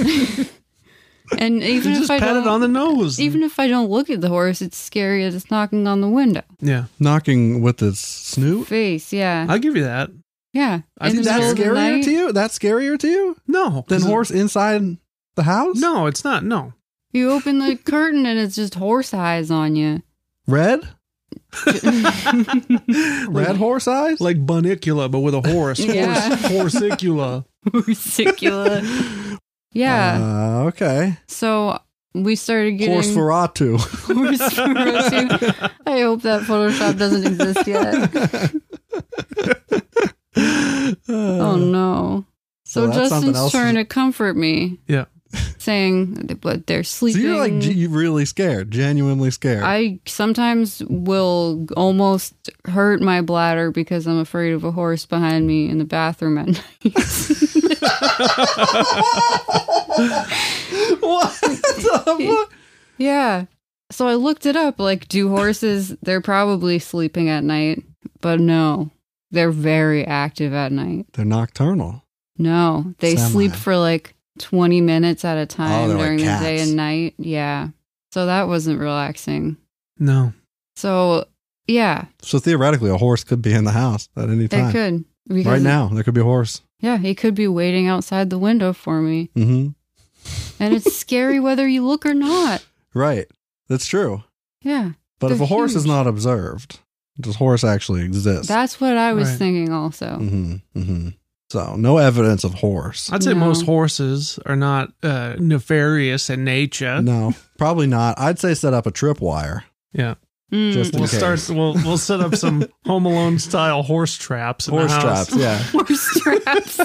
and even
You
if
just
I
pat
don't,
it on the nose.
even if I don't look at the horse, it's scary that it's knocking on the window.
yeah,
Knocking with its snoot?
Face, yeah,
I'll give you that.
yeah.
I
In
think
the
That's
middle of the
scarier
night.
to you? That's scarier to you?
No,
Than
'cause it-
horse inside the house?
No, it's not. No,
You open the curtain and it's just horse eyes on you.
Red? Red horse eyes?
like bunicula, but with a horse.
Yeah.
Horse, horsicula.
Horsicula.
Uh,
Yeah.
okay.
So we started getting
Horse Ferratu.
horse ferocity. I hope that Photoshop doesn't exist yet. oh no! So,
that's something
Justin's
else.
trying to comfort me.
Yeah.
saying but they're
So
sleeping.
you're like g- you really scared, genuinely scared.
I sometimes will almost hurt my bladder because I'm afraid of a horse behind me in the bathroom at night.
what the fuck?
yeah. So I looked it up like do horses they're probably sleeping at night, but no. They're very active at night.
They're nocturnal.
No, they
Semi. Oh,
sleep for like 20 minutes at a time
they're like
during the day
cats.
and night. Yeah. So that wasn't relaxing.
No,
So, yeah,
So theoretically, a horse could be in the house at any
they
time.
could. Because,
Right now, there could be a horse.
Yeah, he could be waiting outside the window for me.
hmm
And it's scary whether you look or not.
Right. That's true.
Yeah.
But if
They're
a horse is
huge.
not observed, Does horse actually exist?
That's what I was
Right.
thinking also.
hmm hmm So no evidence of horse.
I'd say
No.
most horses are not uh, nefarious in nature.
No, probably not. I'd say set up a tripwire.
Yeah,
Mm.
Just in
we'll
case.
start. We'll we'll set up some Home Alone style horse traps. in the
Horse
house.
traps. Yeah.
Horse traps.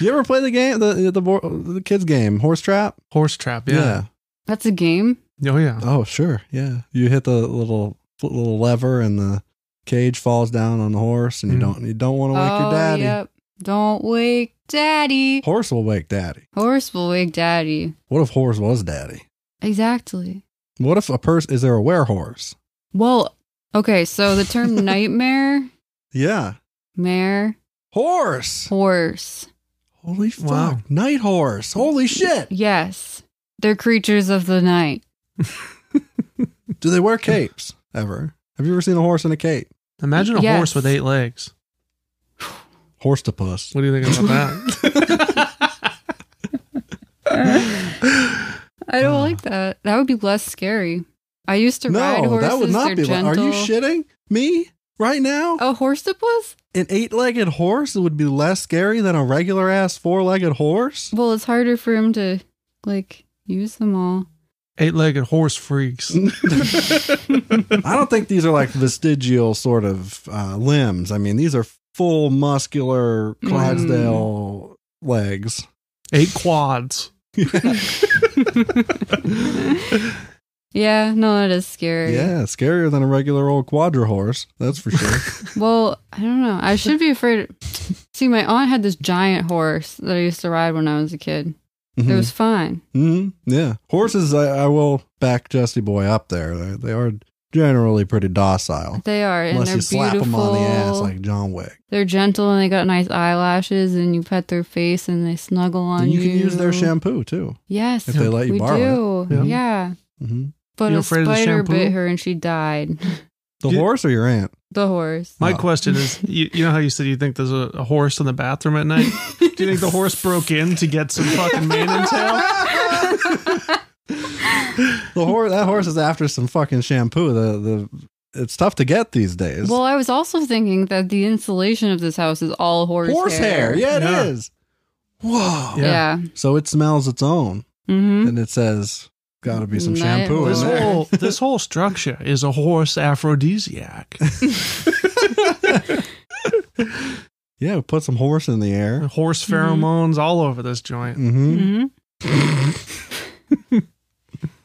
You ever play the game, the the, bo- the kids game, horse trap?
Horse trap. Yeah.
That's a game.
Oh yeah.
Oh, sure. Yeah. You hit the little little lever, and the cage falls down on the horse, and you
Mm.
don't you don't want to wake your daddy.
Oh, Don't wake daddy.
Horse will wake daddy.
Horse will wake daddy.
What if horse was daddy?
Exactly.
What if a person is there a werehorse?
Well, okay, so the term nightmare,
Yeah,
mare,
horse.
horse.
Holy fuck,
Wow.
night horse. Holy shit.
Yes. They're creatures of the night.
Do they wear capes ever? Have you ever seen a horse in a cape?
Imagine a
Yes.
horse with eight legs.
Horse to puss.
What do you think about that?
I don't like that. That would be less scary. I used to ride
Ah. No,
horses.
that would not
They're
be.
gentle. Oh.
Are you shitting me right now?
A horseopus?
An eight-legged horse would be less scary than a regular ass four-legged horse.
Well, it's harder for him to like use them all.
eight legged horse freaks.
I don't think these are like vestigial sort of uh, limbs. I mean, these are full muscular
Mm.
Clydesdale legs.
Eight quads.
Yeah, no, that is scary.
Yeah, scarier than a regular old quadra horse. That's for sure.
Well, I don't know. I should be afraid. See, my aunt had this giant horse that I used to ride when I was a kid.
Mm-hmm.
It was fine.
hmm Yeah, horses. I, I will back Justy Boy up there. They, they are generally pretty docile,
They are, and
unless
they're
you slap
beautiful.
them on the ass like John Wick.
they're gentle, and they got nice eyelashes, and you pet their face, and they snuggle on
And
you.
you can use their shampoo too.
Yes,
if they let you
we
borrow
do.
it.
Yeah.
Yeah.
hmm
but
You
a
afraid of the
spider
shampoo?
bit her, and she died.
The
Do-
horse or your aunt?
the horse.
My
Oh.
question is you, you know how you said you think there's a, a horse in the bathroom at night? Do you think the horse broke in to get some fucking mane and tail?
The horse. That horse is after some fucking shampoo. The the it's tough to get these days.
Well, I was also thinking that the insulation of this house is all horse,
horse hair. Yeah, it is.
Yeah.
Whoa.
Yeah.
Yeah.
So it smells its own,
hmm
and it says, "Got to be some
Night
shampoo in
This
horse.
there."
whole this whole structure is a horse aphrodisiac.
Yeah, we put some horse in the air.
Horse pheromones all over this joint.
hmm
hmm Mm-hmm.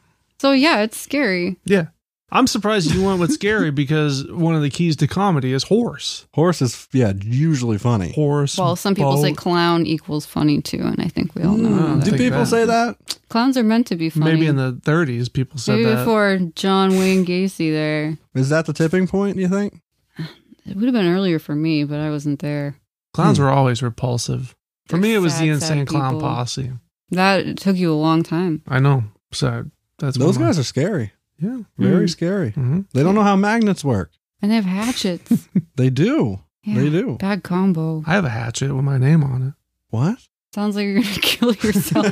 so yeah, it's scary.
Yeah. I'm surprised you went with scary because one of the keys to comedy is horse.
Horse is yeah usually funny.
Horse.
Well, some people say
boat.
clown equals funny too, and I think we all know
Mm,
don't
do
that.
think
people
that.
say that?
Clowns are meant to be funny.
maybe in the 30s people said
Maybe
that.
before John Wayne Gacy there.
Is that the tipping point? You think?
It would have been earlier for me, but I wasn't there.
Clowns were always repulsive. For
They're
me, it was
sad,
the
sad
insane clown
people.
posse.
That took you a long time.
I know. So that's
Those
one of
guys are scary.
my- Yeah.
Very
Mm.
scary.
Mhm.
They don't know how magnets work.
And they have hatchets.
They do.
Yeah.
They do.
Bad combo.
I have a hatchet with my name on it.
What?
Sounds like you're gonna kill yourself.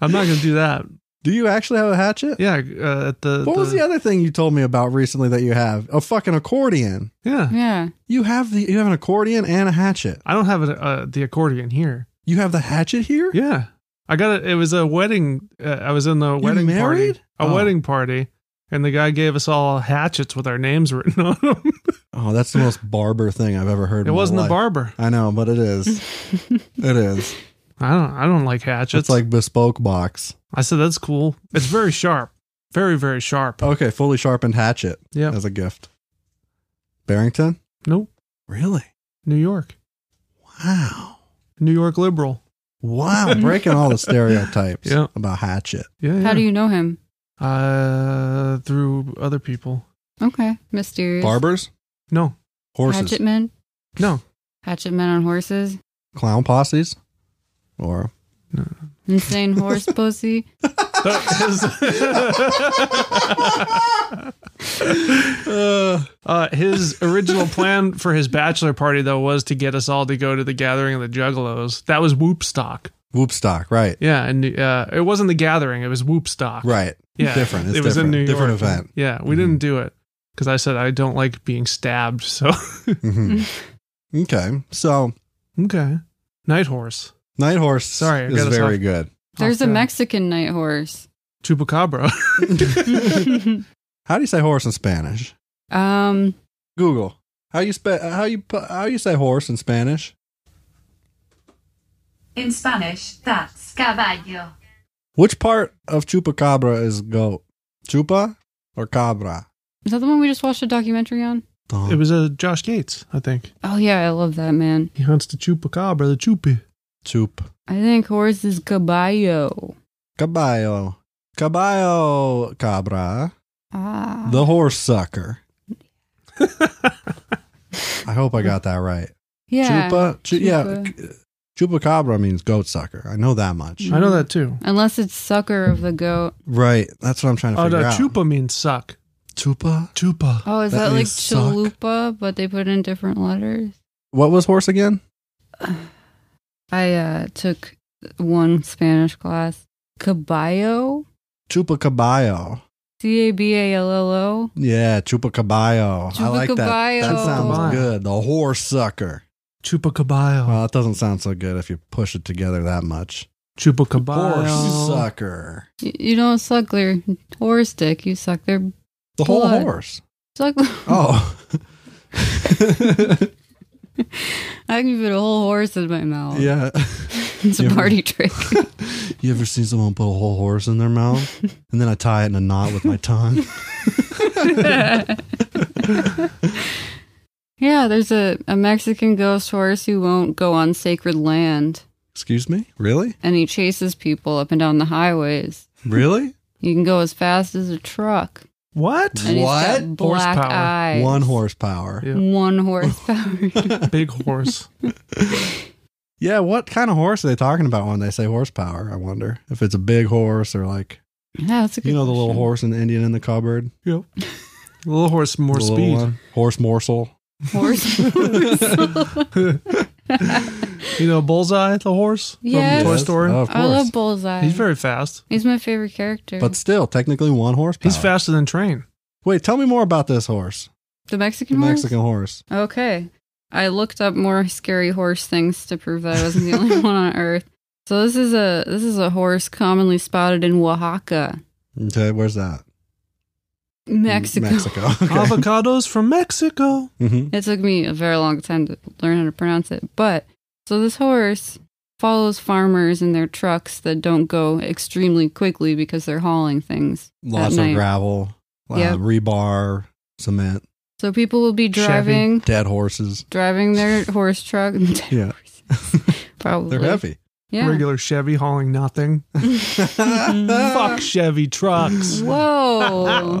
I'm not going to do that.
Do you actually have a hatchet?
Yeah. Uh, at the,
What was the other thing you told me about recently that you have? A fucking accordion.
Yeah.
yeah.
You have the you have an accordion and a hatchet.
I don't have it, uh, the accordion here.
You have the hatchet here?
Yeah. I got it. It was a wedding. Uh, I was in the wedding
married?
party. A
Oh.
wedding party. And the guy gave us all hatchets with our names written on them.
Oh, that's the most barber thing I've ever heard.
It
in my
wasn't the
life.
barber.
I know, but it is. it is.
I don't. I don't like hatchets.
It's like bespoke box.
I said, that's cool. It's very sharp. Very very sharp.
Okay, fully sharpened hatchet
Yeah.
as a gift. Barrington?
Nope.
Really?
New York.
Wow.
New York liberal.
Wow. Breaking all the stereotypes
Yeah.
about hatchet.
Yeah. yeah.
How do you know him?
Uh, through other people.
Okay. Mysterious.
Barbers?
No.
Horses.
Hatchet men?
No.
Hatchet men on horses?
Clown posses? Or
Insane horse pussy?
uh,
uh, his original plan for his bachelor party though was to get us all to go to the gathering of the Juggalos. That was Whoopstock.
Whoopstock, right?
Yeah, and uh, it wasn't the Gathering; it was Whoopstock.
Right.
Yeah,
Different. It's
it was in
different.
New York.
Different event. Mm-hmm.
Yeah, we didn't do it because I said I don't like being stabbed. So
Mhm. okay. So
okay, Night Horse,
Night Horse
Sorry, I
is
got us
very
off-
good.
There's a
Okay.
Mexican night horse.
Chupacabra.
Uh-huh. How do you say horse in Spanish?
um,
Google. How you spe- how you pu- how you say horse in Spanish?
In Spanish, that's caballo.
Which part of chupacabra is goat? Chupa or cabra?
is that the one we just watched a documentary on?
it was uh, Josh Gates, I think.
Oh yeah, I love that man.
He hunts the Chupacabra, the Chupi.
chup
I think horse is caballo.
caballo caballo cabra.
Ah,
The horse sucker. I hope I got that right.
yeah.
Chupa, chu- yeah.
Chupa.
c- Chupacabra means goat sucker. I know that much.
I know that too.
Unless it's sucker of the goat.
Right. That's what I'm trying to
Oh,
figure
no,
out.
Chupa means suck.
Chupa.
Chupa.
Oh, is
That
that, like
means suck.
chalupa? But they put in different letters.
What was horse again?
I uh, took one Spanish class. Caballo,
Chupacaballo.
C A B A L L O.
Yeah, Chupacaballo. I like that. That
Chupacaballo.
sounds
Chupacaballo.
good. The horse sucker.
Chupacaballo.
Well, it doesn't sound so good if you push it together that much.
Chupacaballo.
Horse sucker.
You, you don't suck their horse dick. You suck their
The whole
Blood.
horse.
suck.
Oh.
I can fit a whole horse in my mouth.
yeah.
It's
You
a
ever-
party trick.
You ever seen someone put a whole horse in their mouth and then I tie it in a knot with my tongue?
yeah, there's a, a Mexican ghost horse who won't go on sacred land
Excuse me? Really?
and he chases people up and down the highways.
Really?
He can go as fast as a truck.
What?
And He's
What?
got black
Horsepower.
eyes.
One horsepower.
Yeah.
One horsepower.
Big horse.
Yeah, what kind of horse are they talking about when they say horsepower? I wonder if it's a big horse or like
yeah, that's a good
you know the little
question.
horse in the Indian in the cupboard,
yep. Little horse, more
The little
speed.
one? horse morsel.
Horse.
You know, Bullseye, the horse
Yes.
from Toy Story.
of course.
I love Bullseye.
He's very fast.
He's my favorite character.
but still, technically one horsepower.
He's faster than train.
Wait, tell me more about this horse,
the
the
Mexican horse?
Mexican horse.
Okay. I looked up more scary horse things to prove that I wasn't the only one on earth. So this is a this is a horse commonly spotted in Oaxaca,
Okay, where's that?
Mexico.
Mexico. Okay.
Avocados from Mexico.
hmm
It took me a very long time to learn how to pronounce it. But so this horse follows farmers in their trucks that don't go extremely quickly because they're hauling things
Lots
at
of
night.
gravel, uh,
Yep.
rebar, cement,
so people will be
Chevy.
driving
dead horses.
driving their horse truck.
Yeah.
Probably.
They're heavy.
Yeah.
Regular Chevy hauling nothing. Fuck Chevy trucks.
Whoa.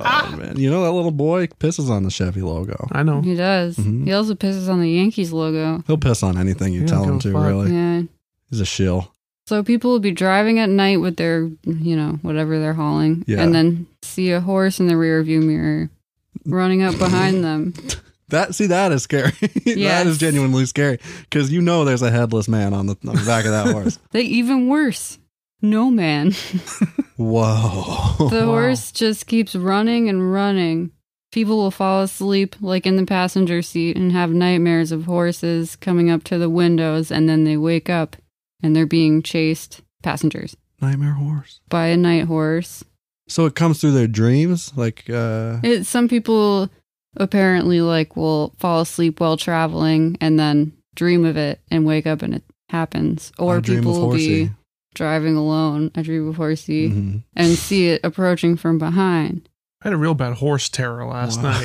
Oh, man. You know that little boy pisses on the Chevy logo.
I know.
He does.
Mhm.
He also pisses on the Yankees logo.
He'll piss on anything you
Yeah,
tell
go
him to,
fuck.
really.
yeah.
He's a shill.
So people will be driving at night with their, you know, whatever they're hauling,
Yeah.
and then see a horse in the rear view mirror running up behind them.
That see that is scary. that
Yes.
is genuinely scary because you know there's a headless man on the, on the back of that horse.
They even worse. No man.
Whoa!
The
Wow.
horse just keeps running and running. People will fall asleep, like in the passenger seat, and have nightmares of horses coming up to the windows, and then they wake up and they're being chased, passengers,
Nightmare horse.
by a night horse.
So it comes through their dreams, like uh,
It, some people apparently like will fall asleep while traveling and then dream of it and wake up and it happens. Or
I dream
people
of
will be
horsey.
driving alone, I dream of horsey,
Mhm.
and see it approaching from behind.
I had a real bad horse terror last
Wow.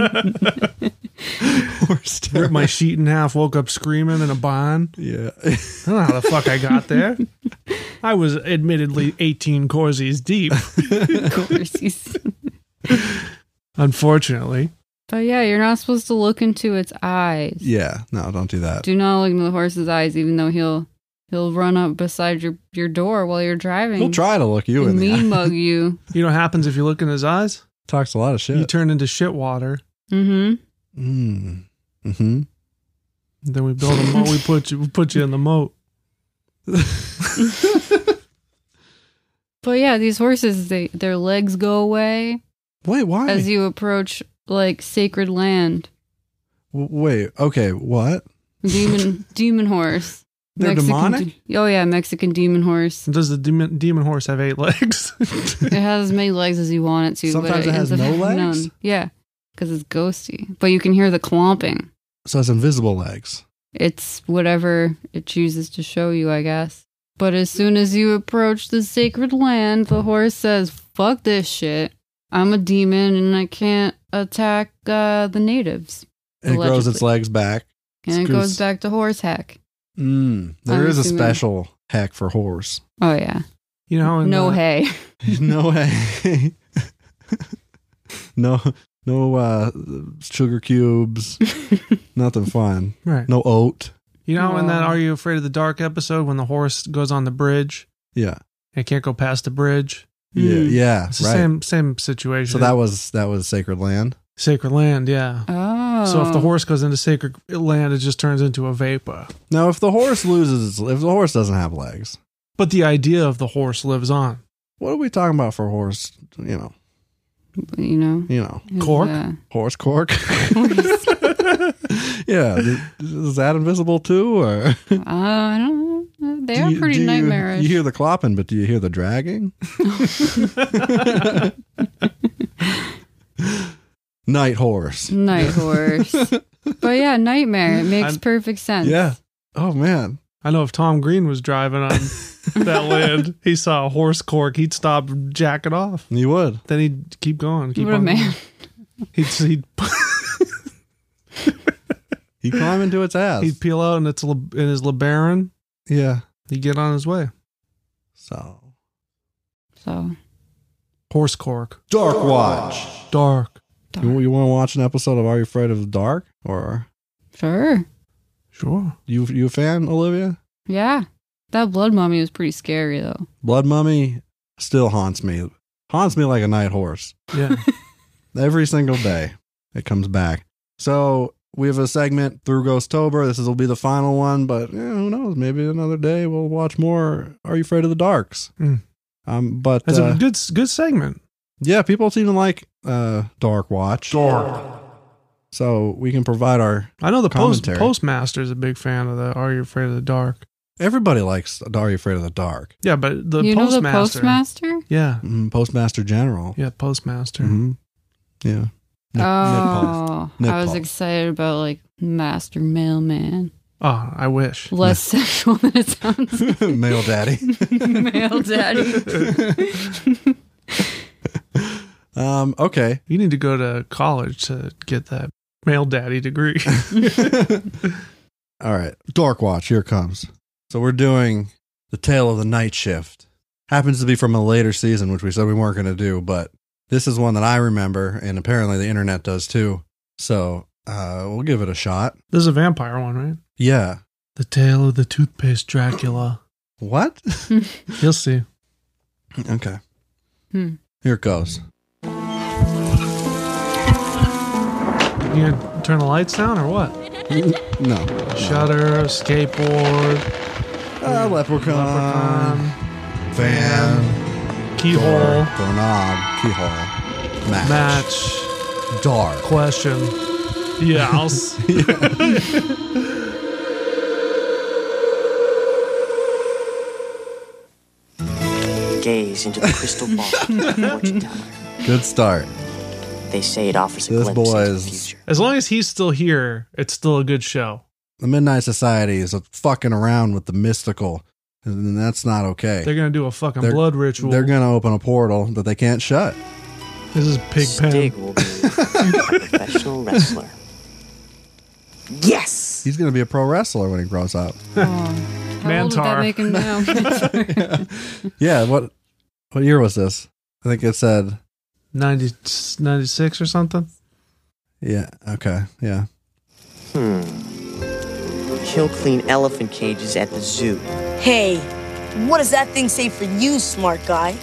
night.
horse terror.
Ripped my sheet in half, woke up screaming in a bind.
yeah.
I don't know how the fuck I got there. I was admittedly 18 Corsies deep,
Horses.
unfortunately.
But yeah, you're not supposed to look into its eyes.
yeah. No, don't do that.
Do not look into the horse's eyes, even though he'll he'll run up beside your your door while you're driving.
He'll try to look you in
and
the
mean
eye.
mug you.
You know what happens if you look in his eyes?
Talks a lot of shit.
You turn into shit water.
Mm-hmm.
mm. Hmm.
Then we build a moat. We put you, we put you in the moat.
But yeah, these horses, they their legs go away
Wait, why?
as you approach like sacred land.
W- Wait, okay, what?
Demon demon horse.
They're demonic?
de- oh yeah, Mexican demon horse.
Does the demon, demon horse have eight legs?
It has as many legs as you want it to.
Sometimes
but
it has
ends up
no
having
legs?
Yeah, because it's ghosty. But you can hear the clomping.
So it's invisible legs.
It's whatever it chooses to show you, I guess. But as soon as you approach the sacred land, the horse says, "Fuck this shit. I'm a demon and I can't attack uh, the natives."
And it grows its
Allegedly.
legs back.
And it
Screws-
goes back to horse hack.
Mm, there is a
assuming-
special hack for horse.
Oh yeah,
You know, in
no
the-
hay.
no hay. no no uh sugar cubes. Nothing fun.
Right.
No oat.
You know, in that
Wow.
Are You Afraid of the Dark episode when the horse goes on the bridge
Yeah.
and can't go past the bridge?
Yeah.
Mm.
Yeah.
Hmm. It's the
Right.
same same situation.
So that was that was sacred land.
sacred land, yeah.
Oh,
So if the horse goes into sacred land, it just turns into a vapor.
Now if the horse loses its if the horse doesn't have legs,
But the idea of the horse lives on.
what are we talking about for horse you know,
you know,
you know.
is,
Cork?
uh,
Horse cork. yeah. th- Is that invisible too or
uh, I don't. know. They
Do
are
you-
pretty
do you-
nightmarish.
You hear the clopping, but do you hear the dragging? Night horse.
Night horse. but yeah, nightmare. It makes
I'm-
perfect sense.
Yeah. Oh man.
I know if Tom Green was driving on that land, he saw a horse cork, he'd stop jacking off.
You would.
Then he'd keep going. Keep
What a
on
man.
going. He'd, he'd,
He climb into its ass.
he'd peel out in, its, lib- in his LeBaron.
yeah.
He'd get on his way.
So
So
Horse cork.
Dark Watch.
Dark.
You, want to watch an episode of Are You Afraid of the Dark? Or
sure.
Sure.
you you a fan, Olivia?
Yeah. That blood mummy was pretty scary though.
Blood Mummy still haunts me. Haunts me like a night horse.
Yeah.
Every single day it comes back. So we have a segment through Ghosttober. This is- will be the final one, but eh, who knows? Maybe another day we'll watch more Are You Afraid of the Darks?
Mm.
Um, but
That's
uh,
a good good segment.
yeah, people seem to like uh, Dark Watch.
Dark.
So we can provide our.
I know the post,
Commentary.
postmaster is a big fan of the Are You Afraid of the Dark?
Everybody likes Are You Afraid of the Dark?
Yeah, but the
you know
postmaster.
the postmaster?
Yeah.
Mm, Postmaster General.
Yeah, postmaster.
Mhm. Yeah. Nip- nip
oh,
Nip
I was
pulse.
excited about like master mailman.
Oh, I wish.
Less sexual than it sounds.
pulse. Male daddy.
Mail daddy.
Um, okay.
You need to go to college to get that male daddy degree.
All right. Dark Watch, here it comes. So we're doing the tale of the night shift. Happens to be from a later season, which we said we weren't going to do, but this is one that I remember, and apparently the internet does too. So uh, we'll give it a shot.
this is a vampire one, right?
Yeah.
The tale of the toothpaste Dracula.
What?
You'll see.
okay.
Hmm.
Here it goes.
You gonna turn the lights down or what?
No.
Shutter, skateboard,
Uh, leprechaun.
leprechaun,
Fan.
keyhole,
Door, doorknob. Keyhole. Match.
match,
Dark.
question. Yeah, I'll s-
gaze into the crystal ball and watch it down there.
Good start.
They say it offers a
This
glimpse
boy
into the
is-
future.
as long as he's still here, it's still a good show.
The Midnight Society is fucking around with the mystical, and that's not okay.
They're gonna do a fucking
They're-
blood ritual.
They're going to open a portal that they can't shut.
this is pig
Stig
pen.
will be a professional wrestler. Yes!
He's going to be a pro wrestler when he grows up.
How old did that
Mantar.
make him now?
Yeah, what what year was this? I think it said
90, 96 or something.
yeah, okay. Yeah.
He'll clean elephant cages at the zoo.
Hey, what does that thing say for you, smart guy?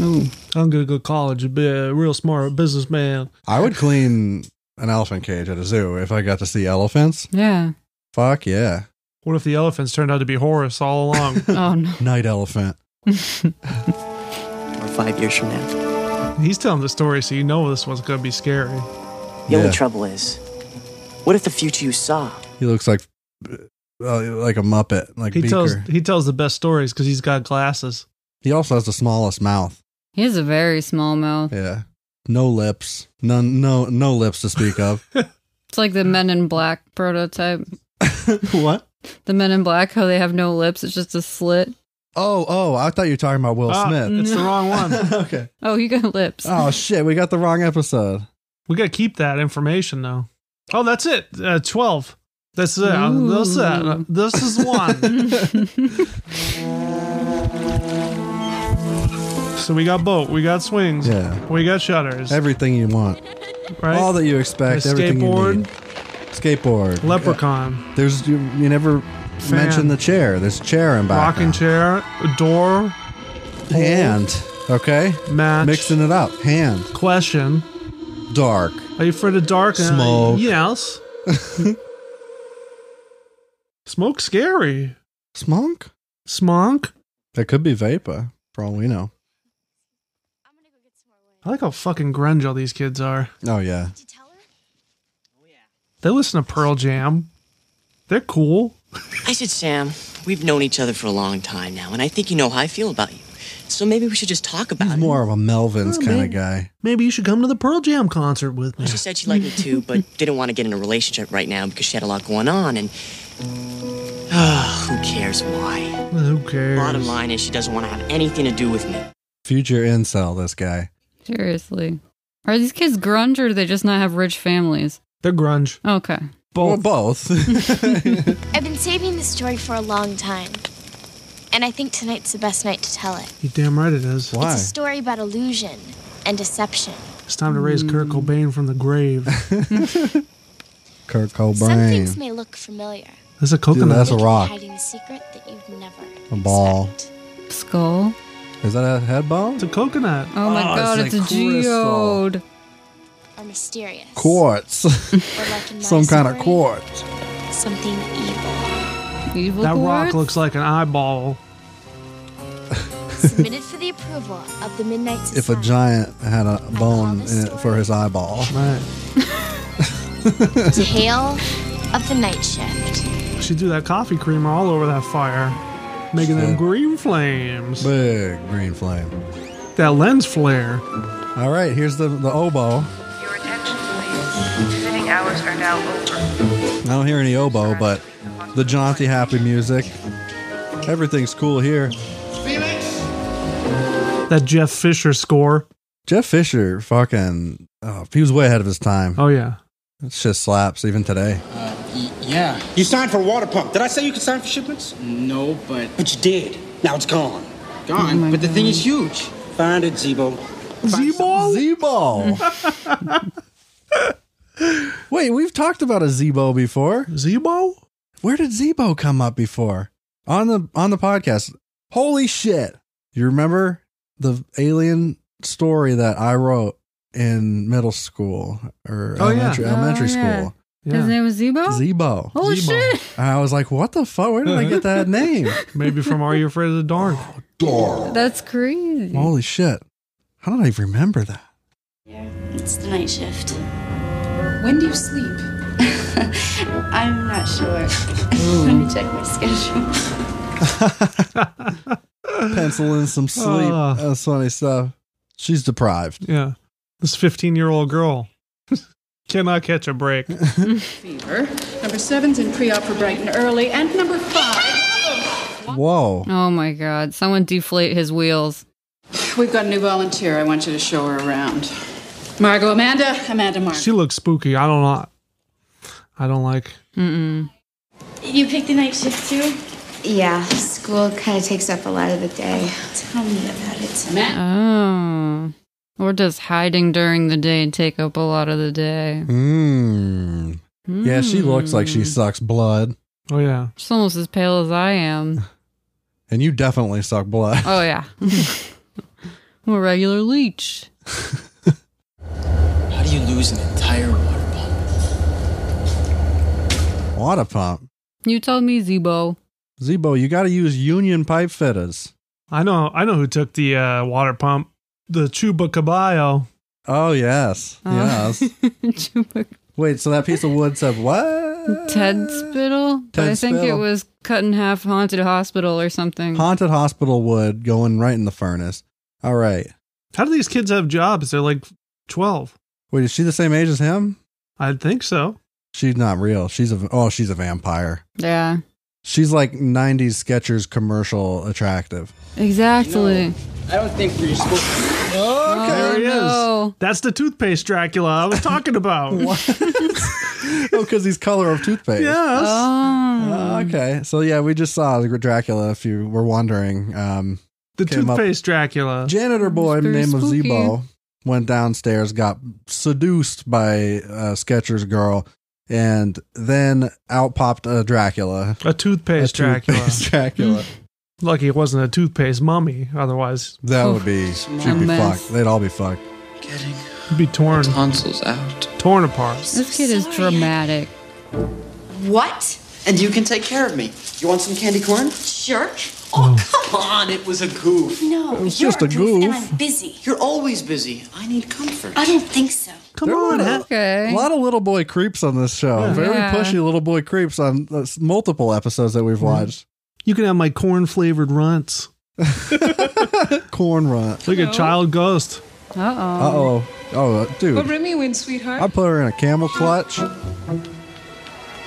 Ooh.
I'm gonna go to college and be a real smart businessman.
I would clean an elephant cage at a zoo if I got to see elephants.
Yeah.
Fuck yeah.
What if the elephants turned out to be Horus all along?
Oh no.
Night elephant.
Or five years from now.
He's telling the story, so you know this one's going to be scary.
The only
Yeah.
trouble is, what if the future you saw
He looks like uh, like a muppet, like
He
Beaker.
tells he tells the best stories because he's got glasses.
he also has the smallest mouth.
He has a very small mouth.
Yeah, no lips, none, no, no lips to speak of.
It's like the Men in Black prototype.
what?
The Men in Black, how they have no lips, it's just a slit.
Oh, oh, I thought you were talking about Will
Ah,
Smith.
It's the wrong one.
okay.
Oh, you got lips.
Oh shit, we got the wrong episode.
We got to keep that information though. Oh, that's it. Uh, Twelve. That's it. Uh, This, uh,
Ooh.
this is one. so we got boat. We got swings.
Yeah.
We got shutters.
Everything you want,
right.
all that you expect,
A
everything
skateboard.
you need. Skateboard,
Leprechaun.
Yeah. There's you, you never
Fan.
mentioned the chair. There's a chair in back.
Rocking chair. a Door.
Hand. Okay.
Match.
Mixing it up. Hand.
Question.
Dark.
Are you afraid of dark? Uh,
Smoke.
yes. Smoke scary.
Smunk.
Smonk.
That could be vapor, for all we know.
I like how fucking grunge all these kids are.
Oh yeah.
They listen to Pearl Jam. They're cool.
I said, Sam, we've known each other for a long time now, and I think you know how I feel about you. So maybe we should just talk about
He's
it.
more of a Melvin's
Oh,
kind
man.
of guy.
Maybe you should come to the Pearl Jam concert with me.
She said she liked me too, but didn't want to get in a relationship right now because she had a lot going on, and Ah, who cares why?
Who cares?
Bottom line is, she doesn't want to have anything to do with me.
Future incel, this guy.
Seriously. Are these kids grunge or do they just not have rich families?
They're grunge.
Okay.
Well, both.
I've been saving this story for a long time. And I think tonight's the best night to tell it.
You damn right it is.
Why?
It's a story about illusion and deception.
It's time to raise Kurt Cobain from the grave.
Kurt
Some
Cobain.
things may look familiar.
That's a coconut.
that's It's a
They could be
rock.
Hiding a secret that you've never
A ball.
expect.
Skull.
Is that a head bone?
it's a coconut.
Oh my
Oh,
god,
it's
it's,
a
a
crystal.
geode.
Or mysterious.
Quartz.
Or like in my
Some kind of
story,
quartz.
Something evil.
Evil
that rock
quartz?
looks like an eyeball.
Submitted for the approval of the Midnight
If a
Society.
giant had a bone in it for his eyeball.
Right.
Tale of the Night Shift.
She threw that coffee cream all over that fire, making them
Yeah.
green flames.
Big green flame.
that lens flare.
All right, here's the, the oboe.
Your attention, please. Visiting hours are now over.
I don't hear any oboe, but the jaunty, happy music. Everything's cool here.
That Jeff Fisher score.
Jeff Fisher, fucking, oh, he was way ahead of his time.
Oh yeah.
It just slaps, even today.
Yeah. You signed for water pump. Did I say you could sign for shipments? No, but. But you did. Now it's gone. Gone? but the thing is huge. Find it, Zebo.
Z-ball.
Z-ball. Wait, we've talked about a Zebo before.
Zebo.
Where did Zebo come up before? On the on the podcast. Holy shit. You remember the alien story that I wrote in middle school or
Oh, yeah.
elementary,
Oh,
elementary
yeah.
school?
Yeah.
His name was Zebo?
Zebo.
Holy
Zebo.
shit!
And I was like, what the fuck? Where did I get that name?
Maybe from Are You Afraid of the Dark?
That's crazy.
Holy shit. How did I even remember that?
It's the night shift.
When do you sleep?
I'm not sure. Let me check my schedule.
Pencil in some sleep.
Ah.
That's funny stuff. She's deprived.
Yeah. This 15 year old girl cannot catch a break.
Fever. Number seven's in pre-op for bright and early. And number five.
Whoa.
Oh my god, someone deflate his wheels.
We've got a new volunteer. I want you to show her around. Margot Amanda. Amanda Margot.
She looks spooky. I don't know. I don't like.
Mm-mm.
You picked the night shift too?
Yeah, school kind of takes up a lot of the day.
Tell me about it.
Oh. Or does hiding during the day take up a lot of the day? Hmm.
Mm. Yeah, she looks like she sucks blood.
Oh, yeah.
She's almost as pale as I am.
And you definitely suck blood.
Oh yeah. I'm a regular leech.
How do you lose an entire water pump?
Water pump.
You told me Zebo.
Zebo, you got to use union pipe fitters.
I know. I know who took the uh, water pump. The Chuba Caballo.
Oh yes, yes. Wait, so that piece of wood said what?
Ted Spittle? but
Ted
I think it
Spittle.
was cut in half haunted hospital or something.
Haunted hospital wood going right in the furnace. All right.
How do these kids have jobs? They're like twelve.
Wait, is she the same age as him?
I think so.
She's not real. She's a oh, she's a vampire.
yeah.
She's like '90s Skechers commercial attractive.
Exactly.
I don't think we're supposed to.
Oh,
there he
no.
is. That's the toothpaste Dracula I was talking about.
Oh, because he's color of toothpaste.
Yes.
Oh, okay. So yeah, we just saw Dracula. If you were wondering, um,
The
came up-
toothpaste Dracula.
janitor boy
very
name
spooky.
of Zebo went downstairs, got seduced by a Skechers girl, and then out popped a Dracula.
A toothpaste Dracula.
toothpaste Dracula.
Lucky it wasn't a toothpaste mummy. Otherwise,
That would be she'd be
mess.
fucked. They'd all be fucked.
be torn. Tonsils out. Torn apart.
This kid is dramatic.
What? And you can take care of me. You want some candy corn? Sure.
Come on, it was a goof.
No,
It was
you're
just a
goof, and
goof.
I'm busy.
You're always busy. I need comfort.
I don't think so.
Come
on,
okay.
A lot of little boy creeps on this show.
Yeah.
Very
Yeah.
pushy little boy creeps on uh, s- multiple episodes that
Mm-hmm.
we've watched.
You can have my corn flavored runts.
Corn runt.
Look at child ghost.
Uh
Uh
oh.
oh. Oh, uh, dude.
Remy wins, sweetheart.
I put her in a camel clutch.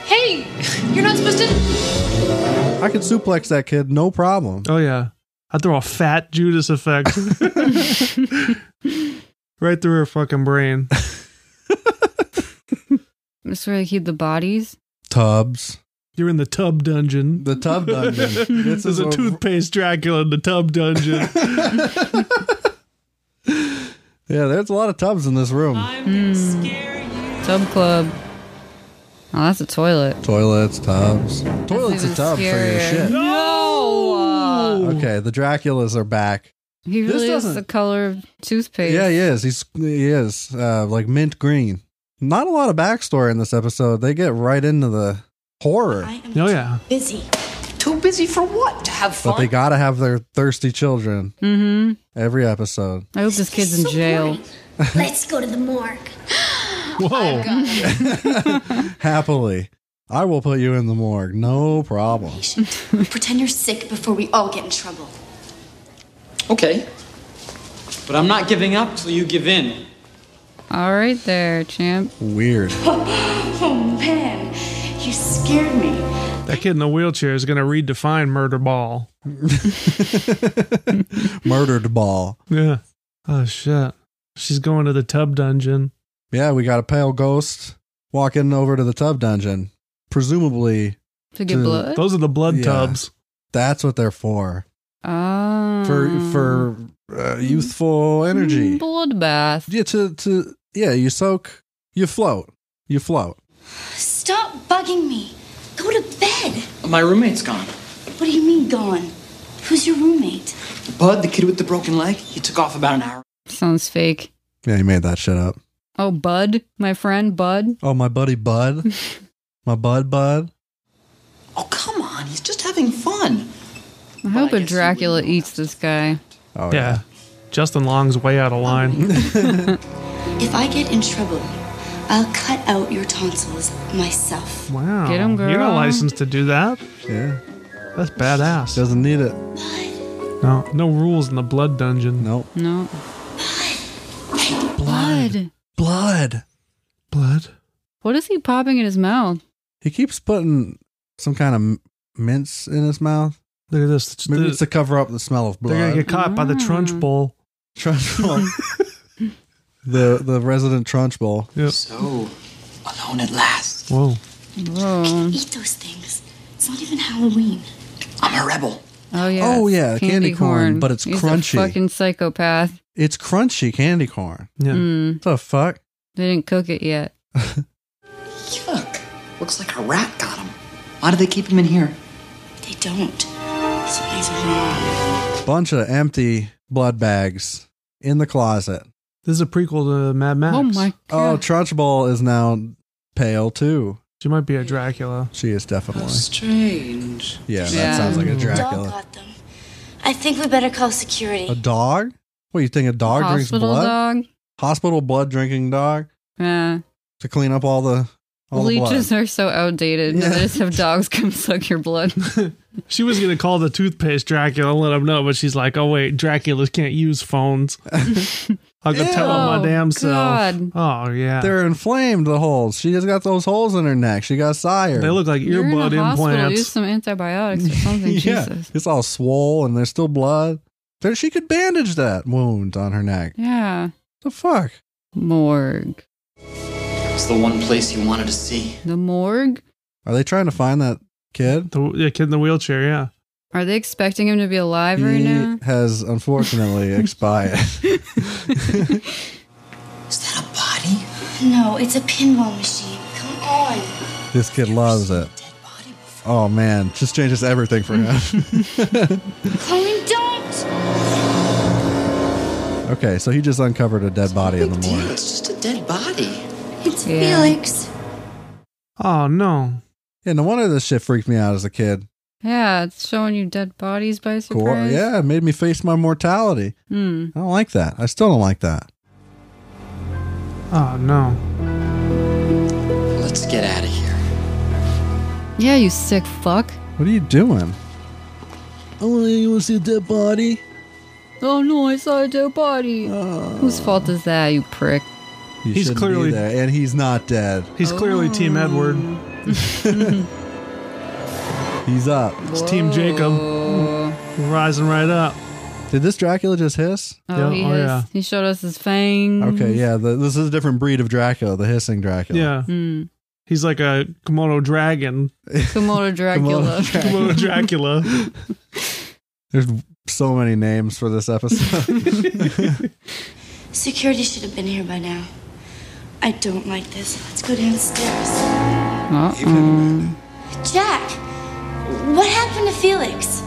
Hey, you're not supposed to.
I could suplex that kid, no problem.
Oh yeah, I throw a fat Judas effect right through her fucking brain.
That's where they keep the bodies.
Tubs.
You're in the tub dungeon.
The tub dungeon. This
There's
is
a
what-
toothpaste Dracula in the tub dungeon.
Yeah, there's a lot of tubs in this room.
Tub club. Oh, that's a toilet.
Toilets, tubs. Toilets
even
and tubs for your
scarier.
shit.
No.
Okay, the Draculas are back.
He
This
really is
doesn't-
the color of toothpaste.
Yeah, he is. He's he is uh, like mint green. Not a lot of backstory in this episode. They get right into the horror,
Oh yeah.
Busy. Too busy for what? To have fun?
but they gotta have their thirsty children
Mm-hmm.
every episode.
I hope this kid's in jail.
Let's go to the morgue.
Whoa, happily, I will put you in the morgue, no problem.
Pretend you're sick before we all get in trouble.
Okay. But I'm not giving up till you give in.
All right, there, champ.
Weird.
Oh man, you scared me.
That kid in the wheelchair is gonna redefine murder ball.
Murdered ball.
Yeah. Oh shit. She's going to the tub dungeon.
Yeah, we got a pale ghost walking over to the tub dungeon, presumably
To get blood?
Those are the blood tubs.
That's what they're for.
Oh.
For for uh, youthful energy.
Mm, Bloodbath.
Yeah, to to yeah, you soak, you float, you float.
Stop bugging me. Go to bed.
My roommate's gone.
What do you mean gone? Who's your roommate?
Bud, the kid with the broken leg, he took off about an hour.
Sounds fake.
Yeah, you made that shit up.
Oh, Bud, my friend, Bud.
Oh, my buddy Bud, my Bud Bud.
Oh, come on. He's just having fun.
I hope a Dracula eats this guy.
Oh,
yeah. Justin Long's way out of line.
If I get in trouble, I'll cut out your tonsils myself.
Wow.
Get 'em,
You're
girl.
not licensed to do that.
Yeah.
That's badass.
Doesn't need it.
No, no rules in the blood dungeon.
Nope.
No. Blood.
Blood.
Blood.
What is he popping in his mouth?
He keeps putting some kind of m- mints in his mouth.
Look at this.
Maybe it's to cover up the smell of blood.
They're gonna get caught by the Trunch Bowl.
Trunch Bowl. the the resident Trunch Bowl.
So, alone at last.
Whoa.
Whoa.
Oh,
Eat those things. It's not even Halloween.
I'm a rebel.
Oh yeah.
Oh, yeah, candy corn, but it's
He's
crunchy.
A fucking psychopath.
It's crunchy candy corn.
Yeah.
Mm.
What the fuck?
They didn't cook it yet.
Yuck. Looks like a rat got him. Why do they keep him in here?
They don't. Something's wrong.
Bunch of empty blood bags in the closet.
This is a prequel to Mad Max.
Oh my
Oh, Trunchbull is now pale too.
She might be a Dracula.
She is definitely.
strange.
Yeah, that sounds like a Dracula.
Dog got them. I think we better call security.
A dog? What you think? A dog drinks
Hospital
blood?
dog?
Hospital blood drinking dog
Yeah.
to clean up all the all
Leeches
the
are so outdated. They just have dogs come suck your blood.
She was gonna call the toothpaste Dracula and let him know, but she's like, "Oh wait, Draculas can't use phones." I could tell on my
Ew,
damn self.
God.
Oh yeah,
blood. They're inflamed. The holes. She has got those holes in her neck. She got sire.
They look like
You're in a hospital. Use some antibiotics or something.
yeah,
Jesus.
it's all swole and there's still blood. There, she could bandage that wound on her neck.
Yeah.
The fuck?
Morgue.
It's the one place you wanted to see.
The morgue?
Are they trying to find that kid?
The, kid in the wheelchair. Yeah.
Are they expecting him to be alive right
he
now?
has unfortunately expired.
No, it's a pinball machine. Come on.
This kid loves it. Oh man, just changes everything for him.
Colin, don't.
okay, so he just uncovered a dead body in the morning.
It's just a dead body.
It's
Yeah.
Felix.
Oh no.
Yeah, no wonder this shit freaked me out as a kid.
Yeah, it's showing you dead bodies by
Cool.
surprise.
Yeah, it made me face my mortality.
Hmm.
I don't like that. I still don't like that.
Oh no.
Let's get out of here.
Yeah, you sick fuck.
What are you doing? Oh, you want to see a dead body?
Oh no, I saw a dead body. Whose fault is that, you prick?
You
He's
shouldn't
clearly-
be there, and he's not dead.
He's clearly Team
Oh,
Edward.
He's up.
It's Team Jacob. Rising right up.
Did this Dracula just hiss?
Oh, he has, He showed us his fangs.
Okay, yeah. The, this is a different breed of Dracula, the hissing Dracula.
Yeah.
Hmm.
He's like a Komodo dragon.
Komodo Dracula.
Komodo Dracula.
There's so many names for this episode.
Security should have been here by now. I don't like this. Let's go downstairs.
Uh-oh.
Jack, what happened to Felix?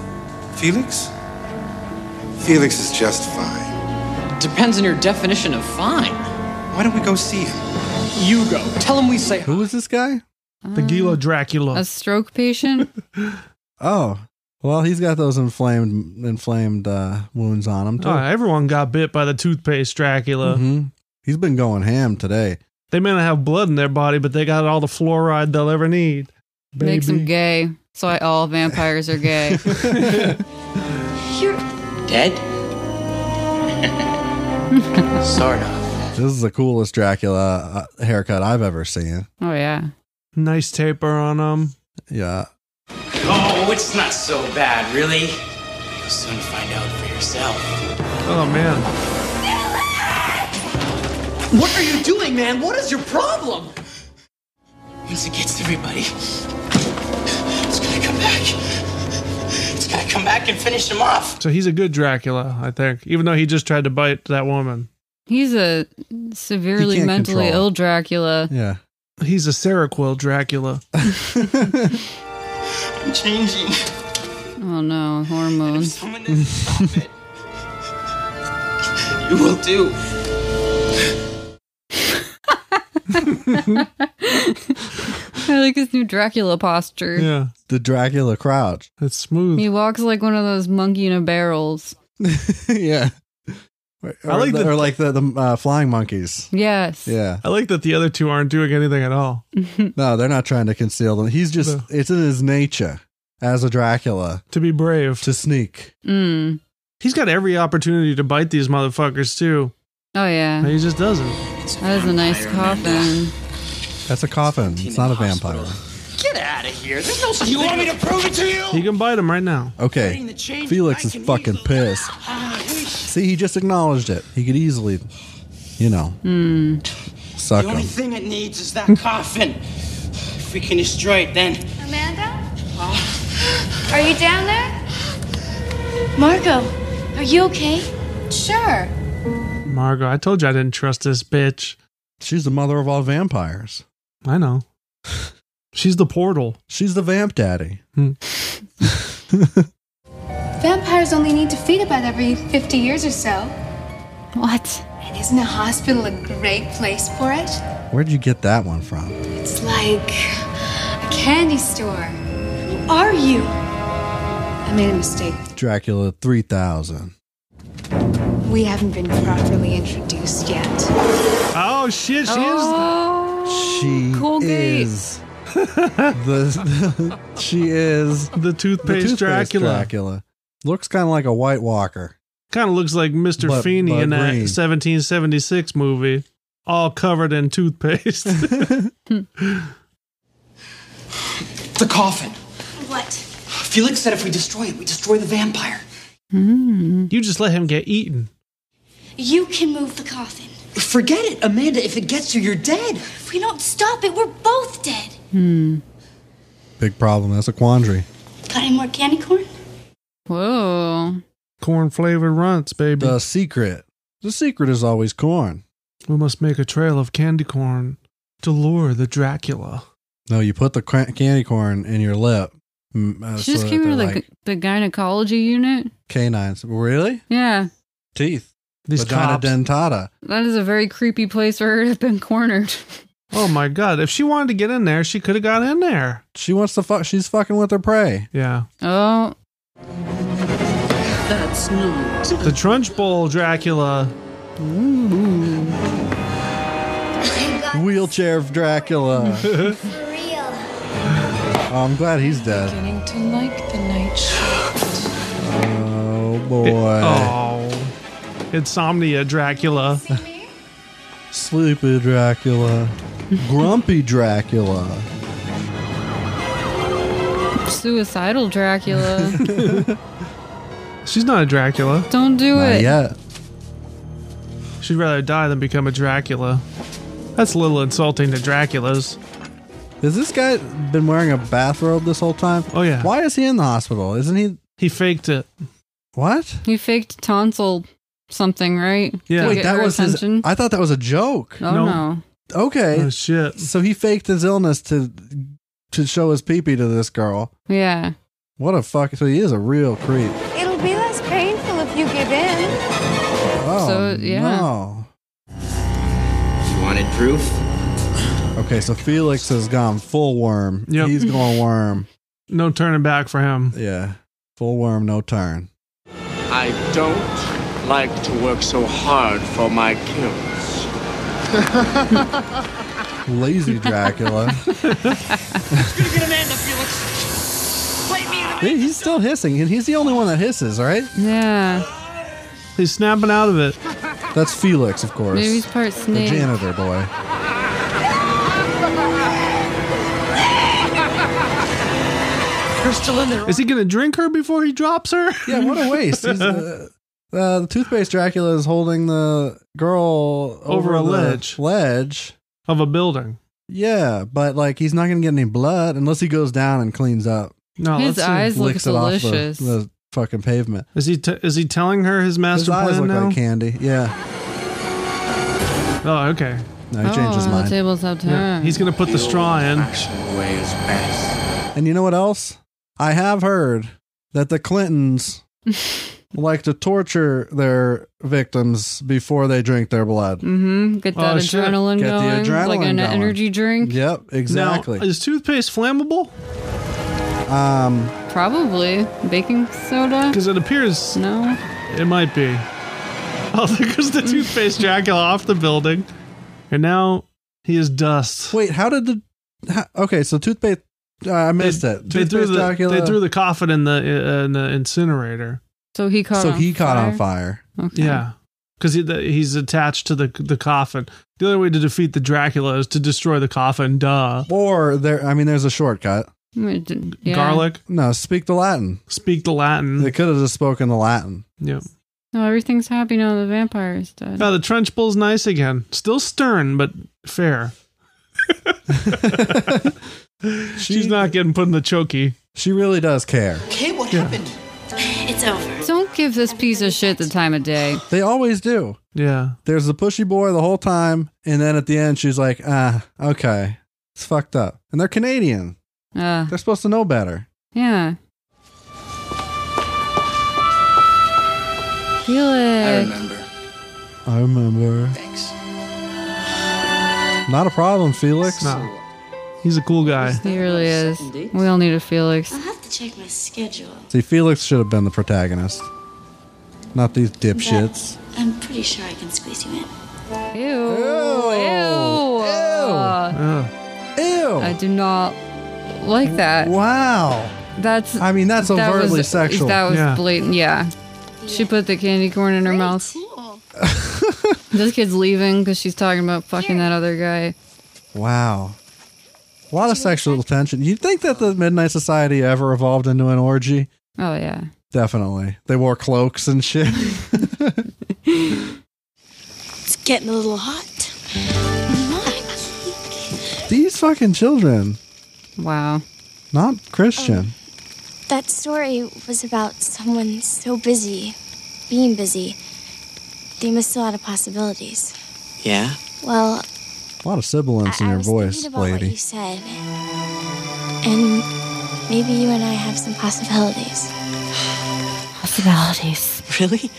Felix? Felix is just fine.
Depends on your definition of fine.
Why don't we go see him?
You go. Tell him we say.
Who is this guy?
The
Ah.
Gila Dracula.
A stroke patient?
oh, well, he's got those inflamed inflamed uh, wounds on him too.
Oh, everyone got bit by the toothpaste Dracula.
Mhm. He's been going ham today.
They may not have blood in their body, but they got all the fluoride they'll ever need.
Makes him gay. That's why all vampires are gay.
You're
Dead? sort of.
This is the coolest Dracula uh, haircut I've ever seen.
Oh yeah.
Nice taper on him.
Yeah.
Oh, it's not so bad, really. You'll soon find out for yourself.
Oh man.
What are you doing, man? What is your problem? Once it gets to everybody, it's gonna come back. It's gonna come back and finish him off.
So he's a good Dracula, I think. Even though he just tried to bite that woman.
He's a
He
severely
can't
mentally
control.
ill Dracula.
Yeah.
He's a Seroquel Dracula.
I'm changing.
Oh no, hormones.
You will do.
I like his new Dracula posture.
The Dracula crouch.
It's smooth.
He walks like one of those monkey in a barrels.
yeah. Or,
I like
the,
that-
or like the, the uh, flying monkeys.
Yes.
Yeah.
I like that the other two aren't doing anything at all.
No, they're not trying to conceal them. He's just, it's in his nature as a Dracula
To be brave.
to sneak.
Mm.
He's got every opportunity to bite these motherfuckers too.
Oh
But
yeah.
he just doesn't.
That is a nice coffin.
That's a coffin. It's not a vampire.
Get out of here. There's no such You want me to prove it to you?
He can bite him right now.
Okay. Felix is fucking pissed.
Ah,
See, he just acknowledged it. He could easily, you know, suck
Hmm. The only
him.
thing it needs is that coffin. If we can destroy it, then.
Amanda? Are you down there?
Margot, are you okay?
Sure.
Margot, I told you I didn't trust this bitch.
She's the mother of all vampires.
I know. She's the portal.
She's the vamp daddy.
Vampires only need to feed about every 50 years or so.
What?
And isn't a hospital a great place for it?
Where'd you get that one from?
It's like
candy store. Who are you? I made a mistake.
Dracula 3000.
We haven't been properly introduced yet.
Oh shit! She
Oh.
She
Colgate.
is the, she is
the toothpaste Dracula.
Dracula. Looks kind of like a White Walker.
Kind of looks like Mr.
But-
Feeney
but
in that
green.
1776 movie, all covered in toothpaste.
The coffin.
What?
Felix said if we destroy it, we destroy the vampire.
You just let him get eaten.
You can move the coffin.
Forget it, Amanda. If it gets you, you're dead.
If we don't stop it, we're both dead.
Hmm. Big problem. That's a quandary.
Got any more candy corn?
Whoa.
Corn flavored runts, baby.
The secret. The secret is always corn.
We must make a trail of candy corn to lure the Dracula.
No, you put the cra- candy corn in your lip. Mm, uh,
She
so
just
that
came
they're
to the,
like
the gynecology unit.
canines. Really?
Yeah.
Teeth.
These
Vagina
cops.
dentata.
That is a very creepy place for her to have been cornered.
Oh my god! If she wanted to get in there, she could have got in there.
She wants to fuck. She's fucking with her prey.
Yeah.
Oh.
That's not.
The Trunch Bowl Dracula.
Wheelchair of Dracula. Oh, I'm glad he's dead.
Beginning to like the night shift.
Oh boy.
It- oh. Insomnia Dracula.
Sleepy Dracula. Grumpy Dracula.
Suicidal Dracula.
She's not a Dracula.
Don't do it.
yet.
She'd rather die than become a Dracula. That's a little insulting to Draculas.
Has this guy been wearing a bathrobe this whole time?
Oh yeah.
Why is he in the hospital? Isn't he?
He faked it.
What?
He faked tonsil something, right? To
Wait,
get
that
her
was his.
attention.
I thought that was a joke.
Oh no. no.
Okay.
Oh shit.
So he faked his illness to to show his peepee to this girl.
Yeah.
What a fuck. So he is a real creep.
It'll be less painful if you give in.
Oh,
So, yeah.
no.
You wanted proof?
Okay, so Felix has gone full worm.
Yep.
He's going worm.
No turning back for him.
Yeah. Full worm, no turn.
I don't like to work so hard for my kills.
Lazy Dracula.
You're gonna get Amanda, Felix. Play me in
Hey, he's still hissing, and he's the only one that hisses, right?
Yeah.
He's snapping out of it.
That's Felix, of course.
Maybe he's part snake.
The janitor boy.
You're still in there.
Is he gonna drink her before he drops her?
Yeah, what a waste. He's, uh, uh, the toothpaste Dracula is holding the girl
Over a
the
ledge.
Ledge.
of a building.
Yeah, but like he's not gonna get any blood unless he goes down and cleans up.
No,
His
let's see.
eyes look
Licks it off the,
delicious.
the fucking pavement.
Is he t- is he telling her his master
His eyes
plan
look
now?
like candy. Yeah.
oh, okay.
No, he changed his
oh, the
mind.
tables have turned.
Yeah, He's gonna put the straw in.
Way is best.
And you know what else? I have heard that the Clintons like to torture their victims before they drink their blood.
Mm-hmm. Get
Oh,
that
shit.
adrenaline
Get the
going, like
adrenaline
an
going.
energy drink.
Yep, exactly.
Now, is toothpaste flammable?
um,
Probably baking soda.
Because it appears
No.
it might be. Oh, there goes the toothpaste Dracula off the building, and now he is dust.
wait, how did the? How, okay, so toothpaste. Uh, I missed
they,
it.
they threw
Toothpaste
the
Dracula.
they threw the coffin in the in the incinerator.
So he caught.
so
on
he caught
fire.
on fire.
Okay.
Yeah, because he, the- he's attached to the the coffin. The other way to defeat the Dracula is to destroy the coffin. Duh.
Or there, I mean, there's a shortcut.
It didn't- yeah.
Garlic.
No, speak the Latin.
Speak the Latin.
They could have just spoken the Latin.
Yeah.
No, everything's happy now. The vampire is dead.
Oh, the trench bull's nice again. Still stern, but fair. She's not getting put in the chokey.
She really does care.
Okay, what happened?
It's over.
Don't give this piece of shit the time of day.
They always do.
Yeah.
There's the pushy boy the whole time, and then at the end, she's like, "Ah, okay, it's fucked up." And they're Canadian.
Uh,
They're supposed to know better.
yeah. Feel
I
it.
remember.
I remember.
Thanks.
Not a problem, Felix.
No. He's a cool guy.
He really is. We all need a Felix.
I'll have to check my schedule.
See, Felix should have been the protagonist, not these dipshits.
I'm pretty sure I can squeeze you in.
Ew. Ew. Ew.
Ew.
I do not like that.
Wow.
That's.
I mean, that's
that
overtly
was,
sexual.
That was
Yeah.
blatant. Yeah. She put the candy corn in her mouth. this kid's leaving because she's talking about fucking that other guy.
Wow. A lot of sexual tension. You'd think that the Midnight Society ever evolved into an orgy.
Oh yeah.
Definitely. They wore cloaks and shit.
It's getting a little hot.
These fucking children.
Wow.
Not Christian.
That story was about someone so busy, being busy, they missed a lot of possibilities.
Yeah.
Well,
A lot of sibilance in your voice,
about what you
lady.
said, and maybe you and I have some possibilities.
Possibilities.
Really?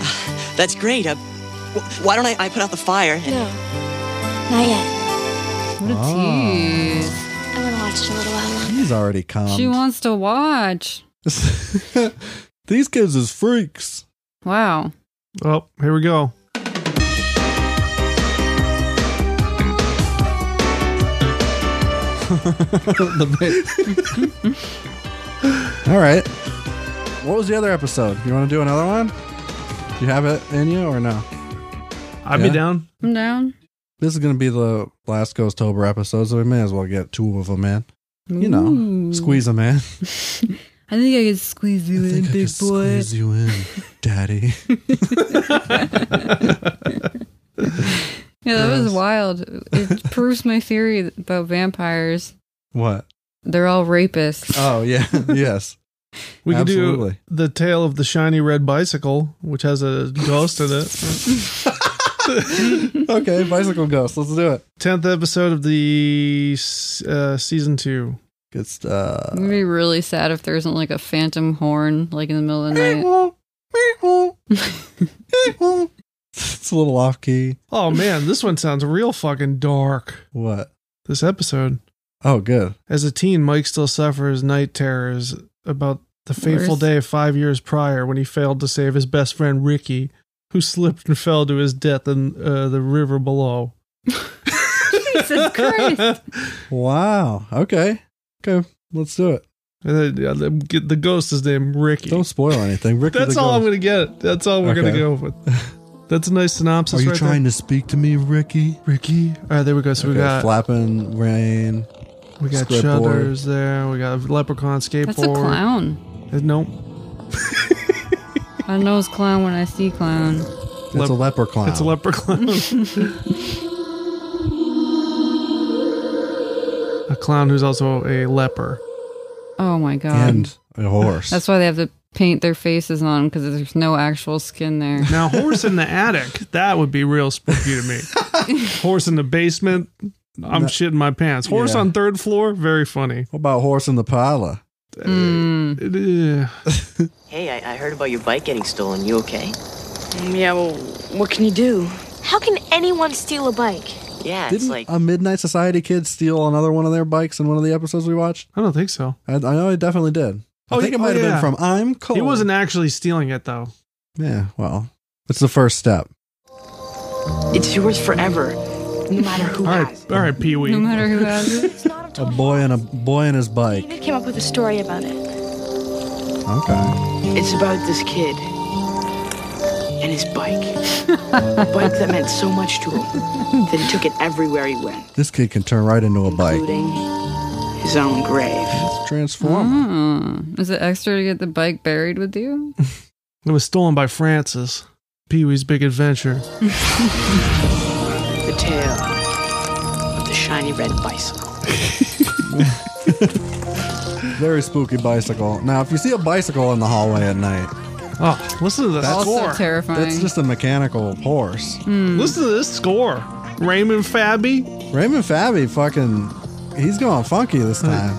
Uh, That's great. Uh, wh- why don't I, I put out the fire? And
No, not yet.
What a tease.
I want to watch it a little while longer.
He's already calm.
She wants to watch.
These kids is freaks.
Wow.
Oh, here we go.
The bit. All right. What was the other episode? You want to do another one? Do you have it in you or no?
I'd be down.
I'm down.
This is going to be the last Ghostober episode, so we may as well get two of them in. You know,
Ooh.
squeeze them in.
I think I could squeeze you in, big boy.
Squeeze you in, daddy.
Yeah, that was
Gross.
wild. It proves my theory about vampires.
What?
They're all rapists.
Oh, yeah. yes.
We could do
Absolutely.
the tale of the shiny red bicycle, which has a ghost in it.
okay, bicycle ghost. Let's do it.
Tenth episode of the uh, season two.
Good stuff.
I'm gonna be really sad if there isn't like a phantom horn like in the middle of the
Oh,
night.
It's a little off key.
Oh man, this one sounds real fucking dark.
What?
This episode.
Oh, good.
As a teen, Mike still suffers night terrors about the fateful
Worse.
day five years prior when he failed to save his best friend Ricky, who slipped and fell to his death in uh, the river below.
Jesus Christ.
Wow. Okay. Okay. Let's do it.
And then, yeah, the, get- the ghost is named Ricky.
Don't spoil anything. Ricky
That's
the
all I'm
ghost.
going to get. That's all we're going
Okay.
to go with. That's a nice synopsis.
Are you
right
trying to speak to me, Ricky?
Ricky? There. All right, there we go. So we
Okay,
got
flapping rain.
we got
squid board.
shudders there. We got leprechaun skateboard.
That's a clown.
Uh, Nope.
I know it's clown when I see clown.
It's a leprechaun.
It's a leprechaun. a clown who's also a leper.
Oh my god.
and a horse.
That's why they have to paint their faces on because there's no actual skin there.
Now, horse in the attic. That would be real spooky to me. horse in the basement. I'm
No.
shitting my pants. Horse
Yeah.
on third floor. Very funny.
what about horse in the parlor?
Mm.
It, uh,
Hey, I, I heard about your bike getting stolen. You okay?
Yeah, well, what can you do?
How can anyone steal a bike?
Yeah, it's
Didn't
like
a Midnight Society kid steal another one of their bikes in one of the episodes we watched?
I don't think so.
I, I know I definitely did. I think it
Oh, yeah,
might have
yeah.
been from I'm Cold.
He wasn't actually stealing it though.
Yeah, well, it's the first step.
it's yours forever, no matter who.
All right, all right, Pee
No
Wee.
matter who has it.
A boy and a boy and his bike.
They came up with a story about it.
Okay.
It's about this kid and his bike. a bike that meant so much to him that he took it everywhere he went,
This kid can turn right into a bike.
including his own grave. Hmm?
Transform.
Oh. Is it extra to get the bike buried with you?
It was stolen by Francis. Pee Wee's Big Adventure.
The tale of the shiny red bicycle.
Very spooky bicycle. Now, if you see a bicycle in the hallway at night,
Oh, listen to the
That's-
score.
Also terrifying.
that's just a mechanical horse.
Listen to this score. Raymond Fabby.
Raymond Fabi fucking, he's going funky this time.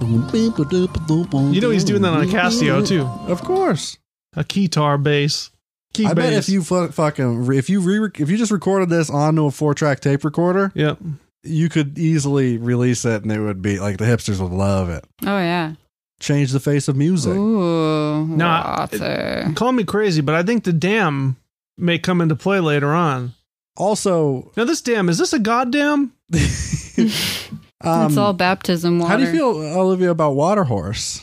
You know he's doing that on a Casio too.
Of course.
A guitar bass. Key
I
bass.
bet if you fu- fucking if you re- if you just recorded this onto a four track tape recorder,
Yep.
you could easily release it and it would be like the hipsters would love it.
Oh yeah.
Change the face of music.
Ooh,
Nah,
water.
Call me crazy, but I think the dam may come into play later on.
Also,
now this dam is this a goddamn?
it's all baptism water.
Um, How do you feel, Olivia, about Water Horse?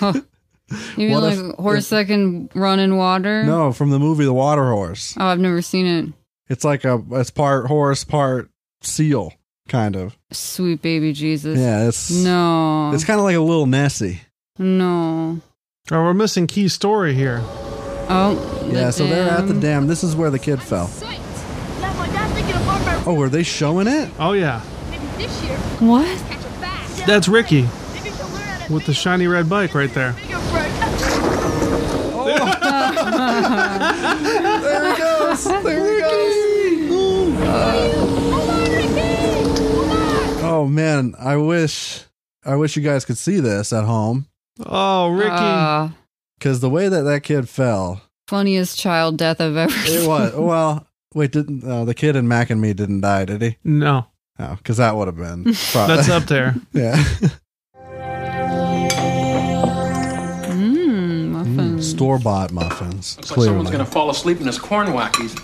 You mean
What
like
if-
horse that can run in water?
No, from the movie The Water Horse.
Oh, I've never seen it.
It's like a it's part horse, part seal, kind of.
Sweet baby Jesus.
Yeah, it's
No.
It's kind of like a little Nessie.
No.
Oh, we're missing key story here.
Oh.
yeah, so they're at the dam. This is where the kid fell. Oh, were they showing it?
Oh yeah,
What?
that's Ricky with the shiny red bike right there.
there he goes. There he goes. Oh man, I wish I wish you guys could see this at home
Oh, Ricky.
Ah,
because the way that that kid fell,
funniest child death I've ever
it was well. Wait, didn't uh, the kid in Mac and Me didn't die? Did he?
no,
Oh, because that would have been pro-
that's up there.
yeah.
Mmm, muffins.
Store bought Mm, muffins.
Looks like
Clearly.
someone's gonna fall asleep in his corn wackies.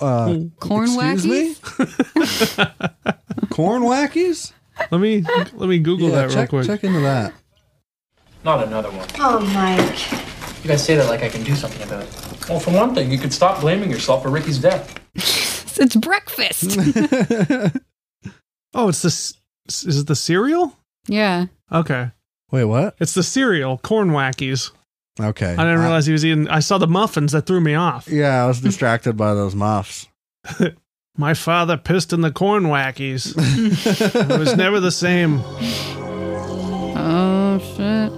uh,
Corn
excuse me?
wackies?
Corn wackies?
Let me let me Google
Yeah,
that
check,
real quick.
check into that.
Not another one.
Oh, Mike.
You guys say that like I can do something about it. Well, for one thing, you could stop blaming yourself for Ricky's death.
It's breakfast.
Oh, it's the s- is it the cereal?
yeah.
Okay,
Wait, what?
it's the cereal corn wackies.
Okay.
I didn't realize he was eating. I saw the muffins that threw me off.
Yeah, I was distracted by those muffs.
My father pissed in the corn wackies. it was never the same.
Oh shit.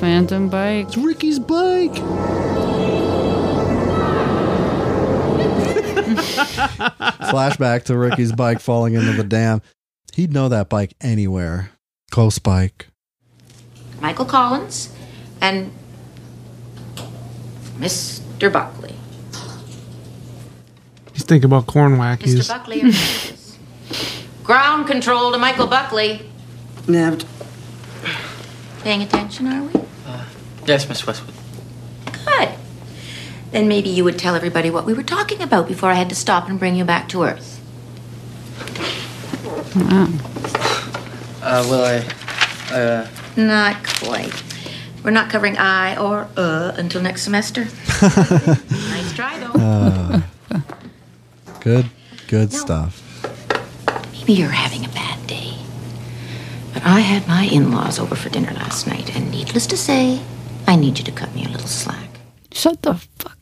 Phantom bike.
It's Ricky's bike.
Flashback to Ricky's bike falling into the dam. He'd know that bike anywhere. Close bike.
Michael Collins and Mr. Buckley.
He's thinking about corn wackies.
Mr. Buckley approaches. Ground control to Michael Buckley.
Nabbed.
Paying attention, are we?
Yes, Miss Westwood.
Good. Then maybe you would tell everybody what we were talking about before I had to stop and bring you back to Earth.
Uh, well, I, uh,
Not quite. We're not covering I or uh until next semester. nice try, though.
Uh, good, good stuff.
Maybe you're having a bad day. But I had my in laws over for dinner last night, and needless to say, I need you to cut me a little slack.
Shut the fuck.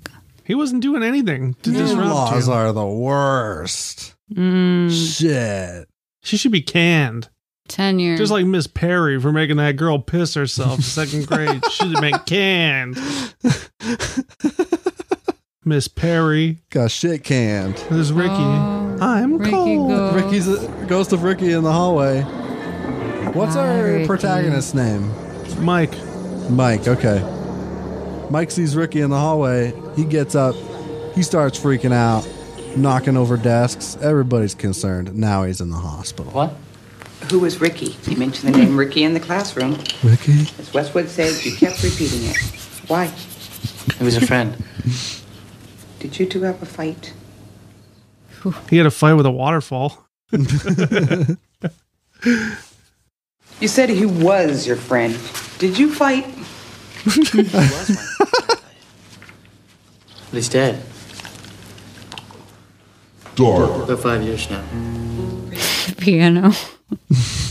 He wasn't doing anything to disrupt
Laws
you.
are the worst. Shit.
She should be canned.
Ten years.
Just like Miss Perry for making that girl piss herself in second grade. Should have been canned. Miss Perry.
Got shit canned.
There's Ricky. I'm
Ricky
cold.
goes.
Ricky's ghost of Ricky in the hallway. What's
Hi,
our
Ricky.
protagonist's name?
Mike.
Mike, okay. Mike sees Ricky in the hallway. He gets up. He starts freaking out, knocking over desks. Everybody's concerned. Now he's in the hospital.
what?
Who was Ricky? You mentioned the name Ricky in the classroom.
Ricky?
As Westwood says, you kept repeating it. Why?
He was a friend.
Did you two have a fight?
He had a fight with a waterfall.
You said he was your friend. Did you fight?
But he's dead.
Dark.
About five years now.
the piano.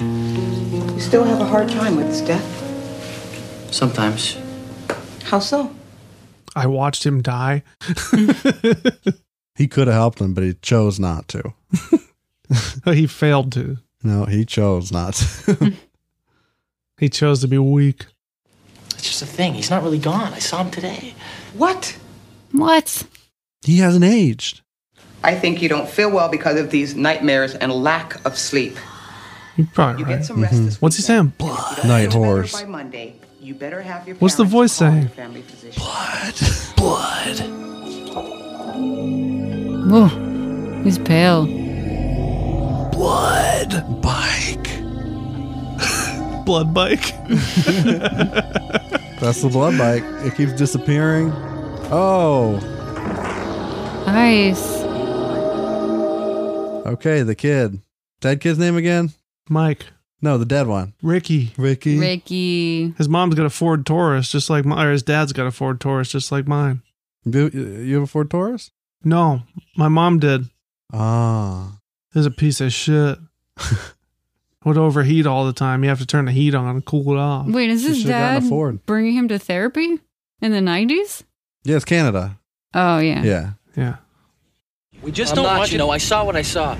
You still have a hard time with his death.
Sometimes.
How so?
I watched him die.
He could have helped him, but he chose not to.
he failed to.
No, he chose not to.
He chose to be weak.
It's just a thing. He's not really gone. I saw him today.
What?
What?
he hasn't aged.
I think you don't feel well because of these nightmares and lack of sleep.
You're probably
You
right. Mm-hmm.
get some rest this
What's he saying?
If
Blood.
you don't
Night
feel better
horse.
By Monday, you better have your
What's the voice
parents call your
saying?
family physician.
Blood.
Whoa. He's pale.
blood bike. blood bike.
That's the blood bike. It keeps disappearing. Oh,
Nice.
okay. The kid. Dead kid's name again?
Mike.
No, the dead one.
Ricky.
Ricky.
Ricky.
His mom's got a Ford Taurus, just like my, or his dad's got a Ford Taurus, just like mine.
You, you have a Ford Taurus?
No, my mom did.
Ah.
It was a piece of shit. Would overheat all the time. You have to turn the heat on and cool it off.
Wait, is his dad bringing him to therapy in the 90s?
Yeah, it's Canada.
Oh, yeah.
Yeah.
Yeah.
We just
I'm
don't
not,
want
you know, I saw what I saw.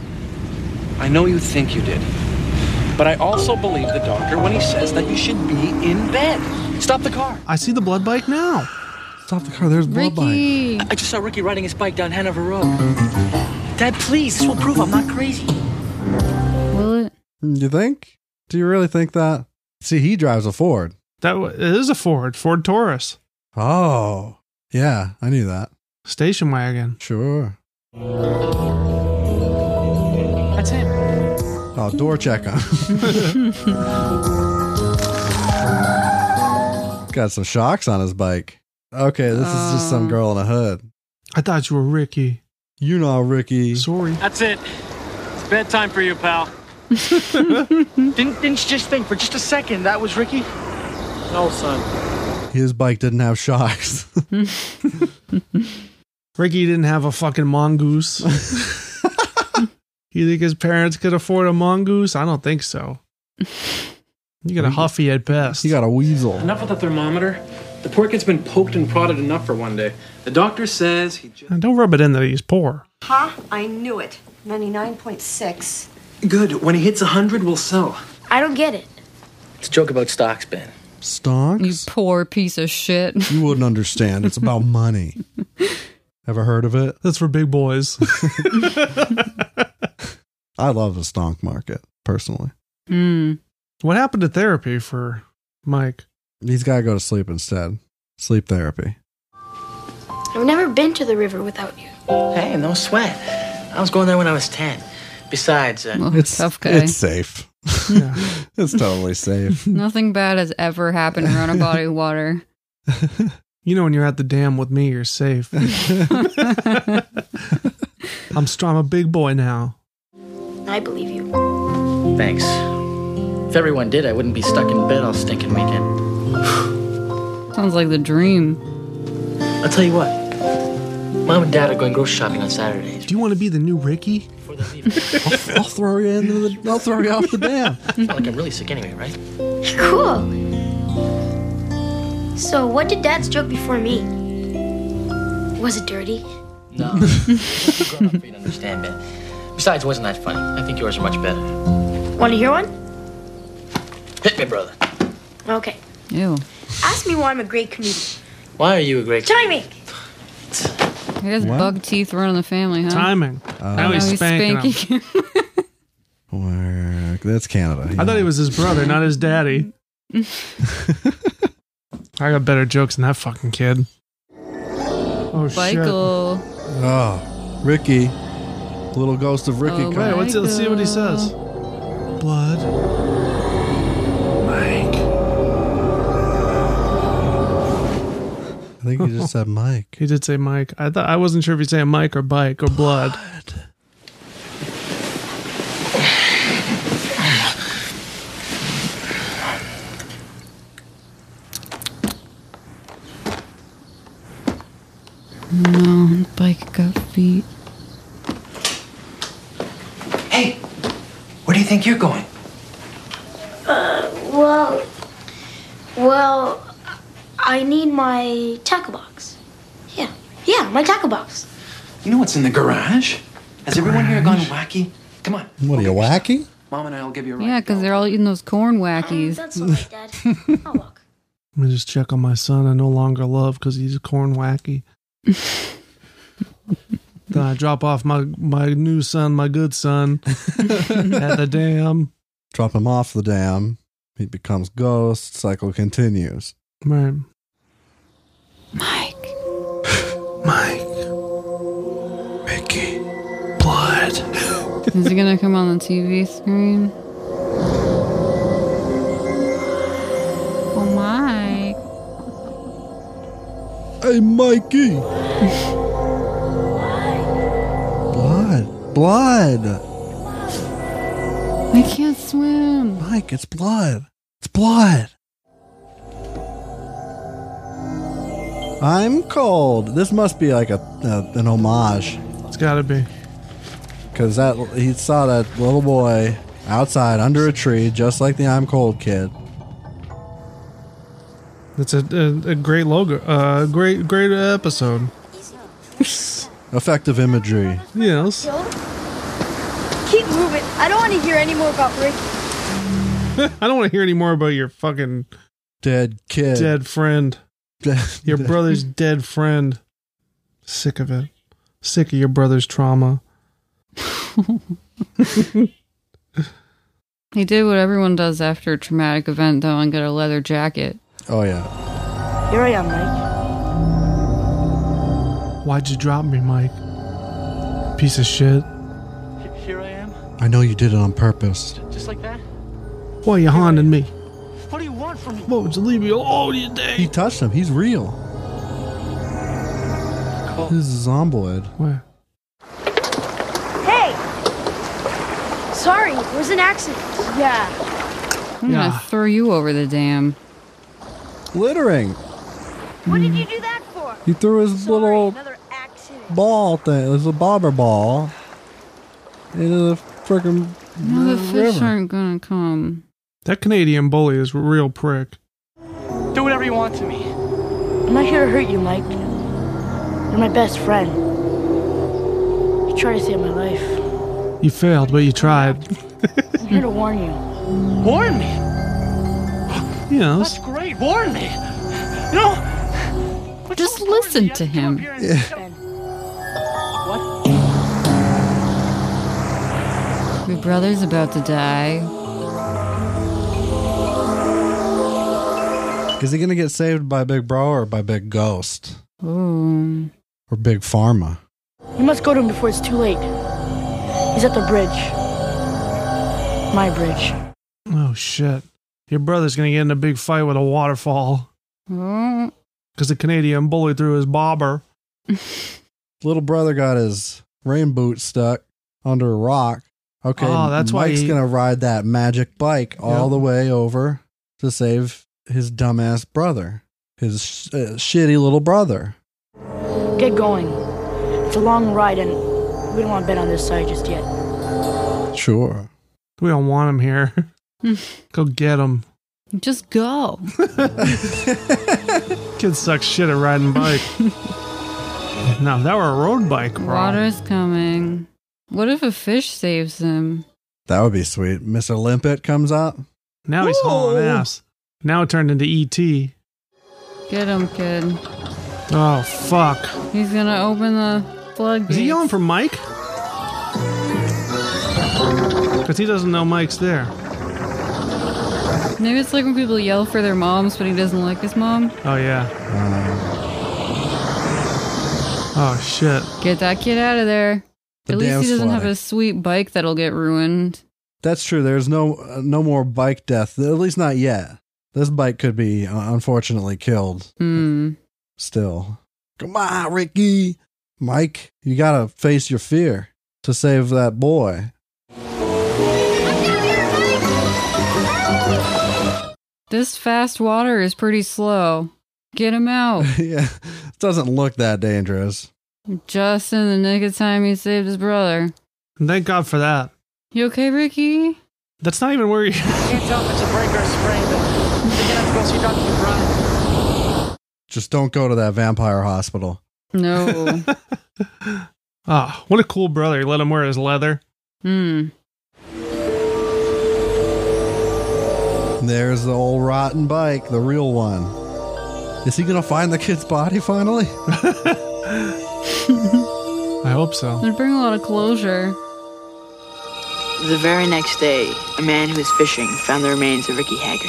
I know you think you did.
But I also believe the doctor when he says that you should be in bed. Stop the car.
I see the blood bike now.
Stop the car. There's
blood
I I just saw Ricky riding his bike down Hanover Road. Dad, please, this will prove I'm not crazy.
Will it?
Hmm, You think? Do you really think that? See, he drives a Ford.
That wa- it is a Ford, Ford Taurus
Oh, yeah. I knew that.
station wagon.
Sure.
That's him.
Oh, door check on. Got some shocks on his bike. Okay, this is just
Uh.
some girl in a hood.
I thought you were Ricky.
You know Ricky.
Sorry.
That's it. It's bedtime for you, pal.
didn't, didn't you just think for just a second that was Ricky?
No, son.
His bike didn't have shocks.
Ricky didn't have a fucking mongoose. you think his parents could afford a mongoose? I don't think so. You got a huffy at best.
You got a weasel.
Enough with the thermometer. The poor kid's been poked and prodded enough for one day. The doctor says he just.
And don't rub it in that he's poor.
Huh? I knew it. 99.6.
Good. When he hits 100, we'll sell.
I don't get it.
It's a joke about stocks, Ben.
Stonks?
You poor piece of shit.
You wouldn't understand. It's about money. Ever heard of it?
That's for big boys.
I love the stonk market personally.
Mm.
What happened to therapy for Mike?
He's got to go to sleep instead. Sleep therapy.
I've never been to the river without you.
Hey, no sweat. I was going there when I was 10. Besides, uh,
it's
Oh, tough guy.
it's safe. it's totally safe.
Nothing bad has ever happened around a body of water.
You know, when you're at the dam with me, you're safe. I'm strong. I'm a big boy now.
I believe you.
thanks. If everyone did, I wouldn't be stuck in bed all stinking weekend.
Sounds like the dream.
I'll tell you what. Mom and Dad are going grocery shopping on Saturdays.
Do you want to be the new Ricky?
I'll, I'll throw you into the. I'll throw you off the dam.
It's not like I'm really sick anyway, right?
Cool. So, what did Dad's joke before me? Was it dirty?
No. Grown up, you'd understand, Ben. Besides, it wasn't that funny. I think yours are much better.
Want to hear one?
Hit me, brother.
Okay.
Ew.
Ask me why I'm a great comedian.
Why are you a great
Chime me.
He has
What?
bug teeth running the family, huh?
Timing. now
No,
he's, spanking. him.
him.
Where, that's Canada.
I thought he was his brother, not his daddy. I got better jokes than that fucking kid. Oh
Michael.
Oh, Ricky, little ghost of Ricky.
Oh,
shit! Wait, what's it? Let's see what he says. Blood. Mike.
I think he just said Mike.
He did say Mike. I thought I wasn't sure if he's saying Mike or Bike or Blood.
No, bike got feet.
Hey, where do you think you're going?
Well, well, I need my tackle box. Yeah, yeah, my tackle box.
You know what's in the garage? Has everyone here gone wacky? Come on.
What are you wacky?
Mom and I will give you a ride.
Yeah, because they're all eating those corn wackies.
That's all right, Dad. I'll walk.
Let me just check on my son. I no longer love because he's corn wacky. then I drop off my my new son, my good son, at the dam.
Drop him off the dam. He becomes ghost. Cycle continues.
Right.
Mike.
Mike.
Ricky.
Blood.
Is it gonna come on the TV screen? Oh my!
Hey, Mikey. blood. Blood.
I can't swim.
Mike, it's blood. It's blood. I'm cold. This must be like a, a an homage.
It's gotta be.
Cause that he saw that little boy outside under a tree, just like the I'm cold kid.
It's a, a, a great logo, uh, great great episode.
Effective imagery.
Yes.
Keep moving. I don't want to hear any more about Ricky.
I don't want to hear any more about your fucking
dead kid,
dead friend, your
dead-
brother's dead friend. Sick of it. Sick of your brother's trauma.
He did what everyone does after a traumatic event, though, and got a leather jacket.
Oh yeah.
Here I am, Mike.
Why'd you drop me, Mike? Piece of shit.
Here I am,
I know you did it on purpose.
just like that.
Why you haunted me?
What do you want from me?
What would you leave me alone today?
He touched him. He's real. This is Zomboid.
Where?
Hey! Sorry, it was an accident. Yeah.
I'm gonna
Ah.
throw you over the dam.
Littering.
What did you do that for?
He threw his little ball thing. It's a bobber ball into the freaking
No, the fish
river.
aren't gonna come.
That Canadian bully is a real prick.
Do whatever you want to me.
I'm not here to hurt you, Mike. You're my best friend. You tried to save my life.
You failed, but you tried.
I'm here to warn you.
Warn me.
Yes.
Great, warn me. No.
Just listen to him. Your brother's about to die.
Is he gonna get saved by Big Bro or by Big Ghost
Oh.
or Big Pharma?
You must go to him before it's too late. He's at the bridge. My bridge.
Oh shit. Your brother's gonna get in a big fight with a waterfall
Oh.
because the Canadian bully threw his bobber.
Little brother got his rain boot stuck under a rock. Okay,
Oh, that's why
Mike's
he-
gonna ride that magic bike all
Yep.
the way over to save his dumbass brother, his sh- uh, shitty little brother.
Get going. It's a long ride, and we don't want to bet on this side just yet.
Sure.
We don't want him here. Go get him.
Just go.
Kid sucks shit at riding bike. now if that were a road bike, bro.
Water's coming. What if a fish saves him?
That would be sweet. Mr. Limpet comes up.
Now he's hauling ass. Now it turned into E ET.
Get him, kid.
Oh fuck!
He's gonna open the floodgates.
Is he yelling for Mike? Because he doesn't know Mike's there.
Maybe it's like when people yell for their moms, but he doesn't like his mom.
Oh yeah. Oh shit.
Get that kid out of there.
The
At least
dam's
he doesn't have
flooding.
a sweet bike that'll get ruined.
That's true. There's no uh, no more bike death. At least not yet. This bike could be uh, unfortunately killed
Hmm.
still. Come on, Ricky. Mike, you got to face your fear to save that boy.
This fast water is pretty slow. Get him out.
yeah. It doesn't look that dangerous.
Just in the nick of time, he saved his brother.
And Thank God for that.
You okay, Ricky?
That's not even where he.
Can't tell if it's a break or a sprain, but you're gonna have to go see Dr. McBride.
Just don't go to that vampire hospital.
No.
Ah, what a cool brother. He let him wear his leather.
Hmm.
There's the old rotten bike, the real one. Is he going to find the kid's body finally?
I hope so.
It'd bring a lot of closure.
The very next day, a man who was fishing found the remains of Ricky Haggerty.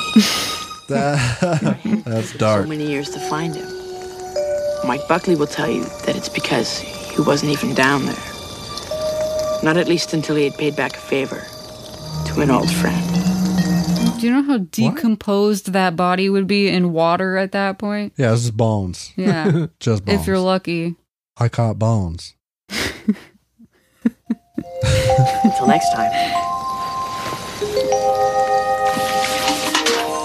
That, that's
So
dark.
many years to find him. Mike Buckley will tell you that it's because he wasn't even down there. Not at least until he had paid back a favor to an old friend.
Do you know how decomposed that body would be in water at that point?
Yeah, it's just bones.
Yeah.
just bones.
If you're lucky.
I caught bones.
Until next time.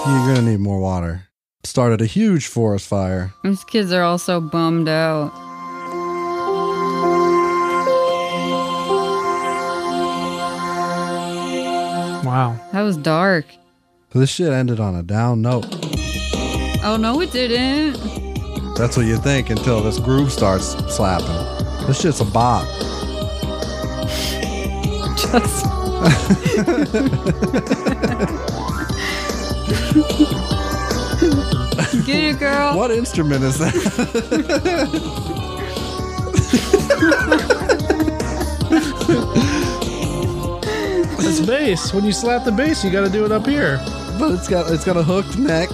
You're going to need more water. Started a huge forest fire.
These kids are all so bummed out.
Wow.
That was dark.
This shit ended on a down note.
Oh, no, it didn't.
That's what you think until this groove starts slapping. This shit's a bop.
Just. Get it, girl.
What instrument is that?
That's bass. When you slap the bass, you got to do it up here.
But it's got it's got a hooked neck.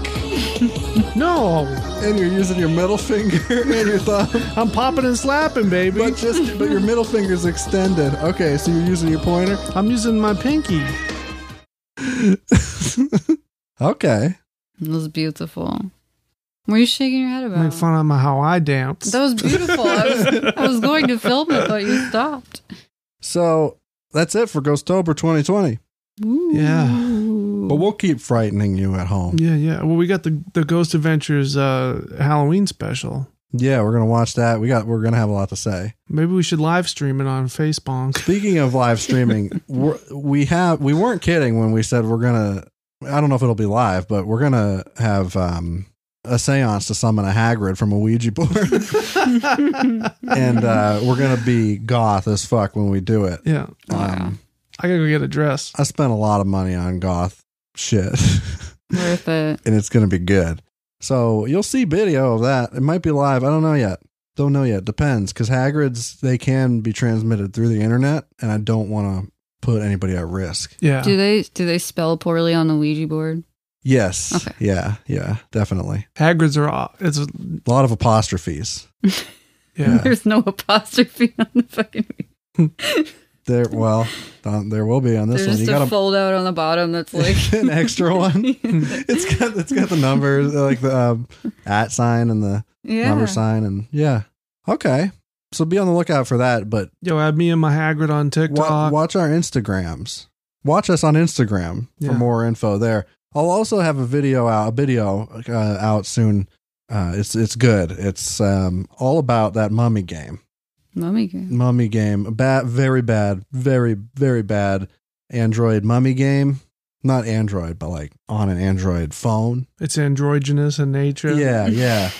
No,
and you're using your middle finger and your thumb.
I'm popping and slapping, baby.
But just but your middle finger's extended. Okay, so you're using your pointer.
I'm using my pinky.
okay.
It was beautiful. What are you shaking your head about?
Make fun of my how I dance.
That was beautiful. I was, I was going to film it, but you stopped.
So that's it for Ghostober 2020.
Ooh.
Yeah.
But we'll keep frightening you at home.
Yeah, yeah. Well, we got the the Ghost Adventures uh, Halloween special.
Yeah, we're gonna watch that. We got we're gonna have a lot to say.
Maybe we should live stream it on Facebook.
Speaking of live streaming, we're, we have we weren't kidding when we said we're gonna. I don't know if it'll be live, but we're gonna have um, a séance to summon a Hagrid from a Ouija board, and uh, we're gonna be goth as fuck when we do it.
Yeah.
Um,
I gotta go get a dress.
I spent a lot of money on goth shit,
Worth it.
and it's gonna be good. So you'll see video of that. It might be live. I don't know yet. Don't know yet. Depends, because Hagrid's they can be transmitted through the internet, and I don't want to put anybody at risk.
Yeah.
Do they do they spell poorly on the Ouija board?
Yes.
Okay.
Yeah. Yeah. Definitely.
Hagrid's are all, it's a-
A lot of apostrophes.
yeah.
There's no apostrophe on the fucking.
There. Well, um, there will be on this
There's
one.
just
You
a
got a,
fold out on the bottom that's like
an extra one. it's got it's got the numbers uh, like the um, at sign and the
yeah.
number sign and yeah. Okay. So be on the lookout for that. But
Yo, add me and my Hagrid on
wa-
TikTok.
watch our Instagrams. Watch us on Instagram
Yeah.
for more info there. I'll also have a video out, a video uh, out soon. Uh, it's it's good. It's um, all about that mummy game.
mummy game.
mummy game. A Bad, very bad, very very bad Android mummy game. Not Android, but like on an Android phone.
It's androgynous in nature.
Yeah, yeah.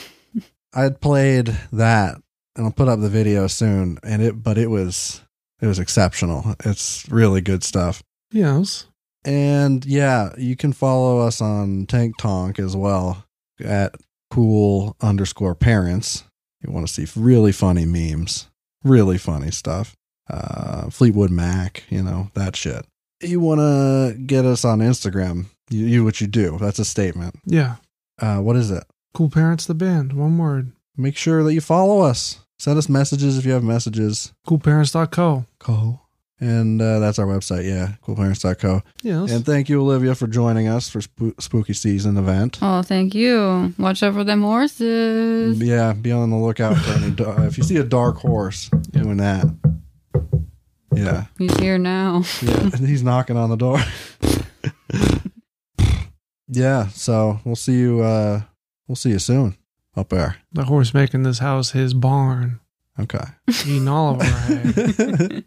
I played that, and I'll put up the video soon. And it, but it was it was exceptional. It's really good stuff.
Yes.
And yeah, you can follow us on Tank Tonk as well at cool underscore parents. You want to see really funny memes, really funny stuff. Uh, Fleetwood Mac, you know, that shit. You want to get us on Instagram. You, you what you do. That's a statement.
Yeah.
Uh, what is it?
Cool Parents the Band. One word.
Make sure that you follow us. Send us messages if you have messages.
Coolparents.co.
Co. And uh, that's our website. Yeah, coolparents.co.
Yes.
And thank you, Olivia, for joining us for Spoo- Spooky Season event.
Oh, thank you. Watch out for them horses.
Yeah, be on the lookout for any. da- if you see a dark horse doing that, yeah,
He's here now.
yeah, he's knocking on the door. yeah, so we'll see you. uh We'll see you soon up there.
the horse making this house his barn.
Okay.
Eating all of our hay.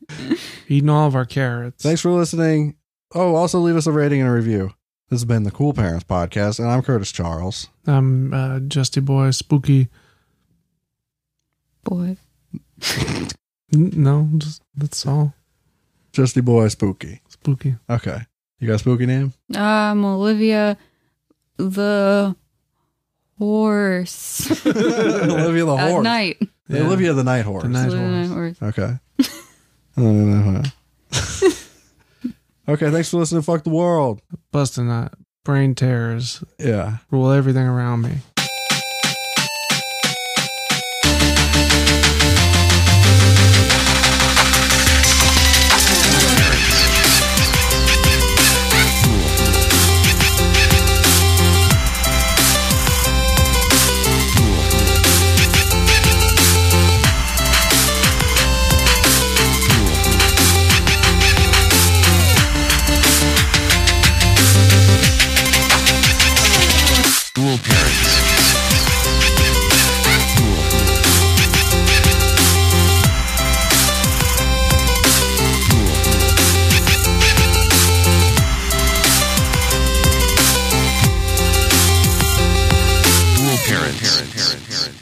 Eating all of our carrots.
Thanks for listening. Oh, also leave us a rating and a review. This has been the Cool Parents Podcast, and I'm Curtis Charles.
I'm uh, Justy Boy Spooky.
Boy.
N- No, just that's all.
Justy Boy Spooky.
Spooky.
Okay. You got a spooky name?
I'm Um, Olivia the horse.
Olivia the
At
Horse.
night.
Yeah.
Olivia the Night Horse.
The night
Olivia the
horse.
night horse.
Okay. okay, thanks for listening to Fuck the World.
Busting that. Brain terrors.
Yeah.
Rule everything around me.
Thank
parents.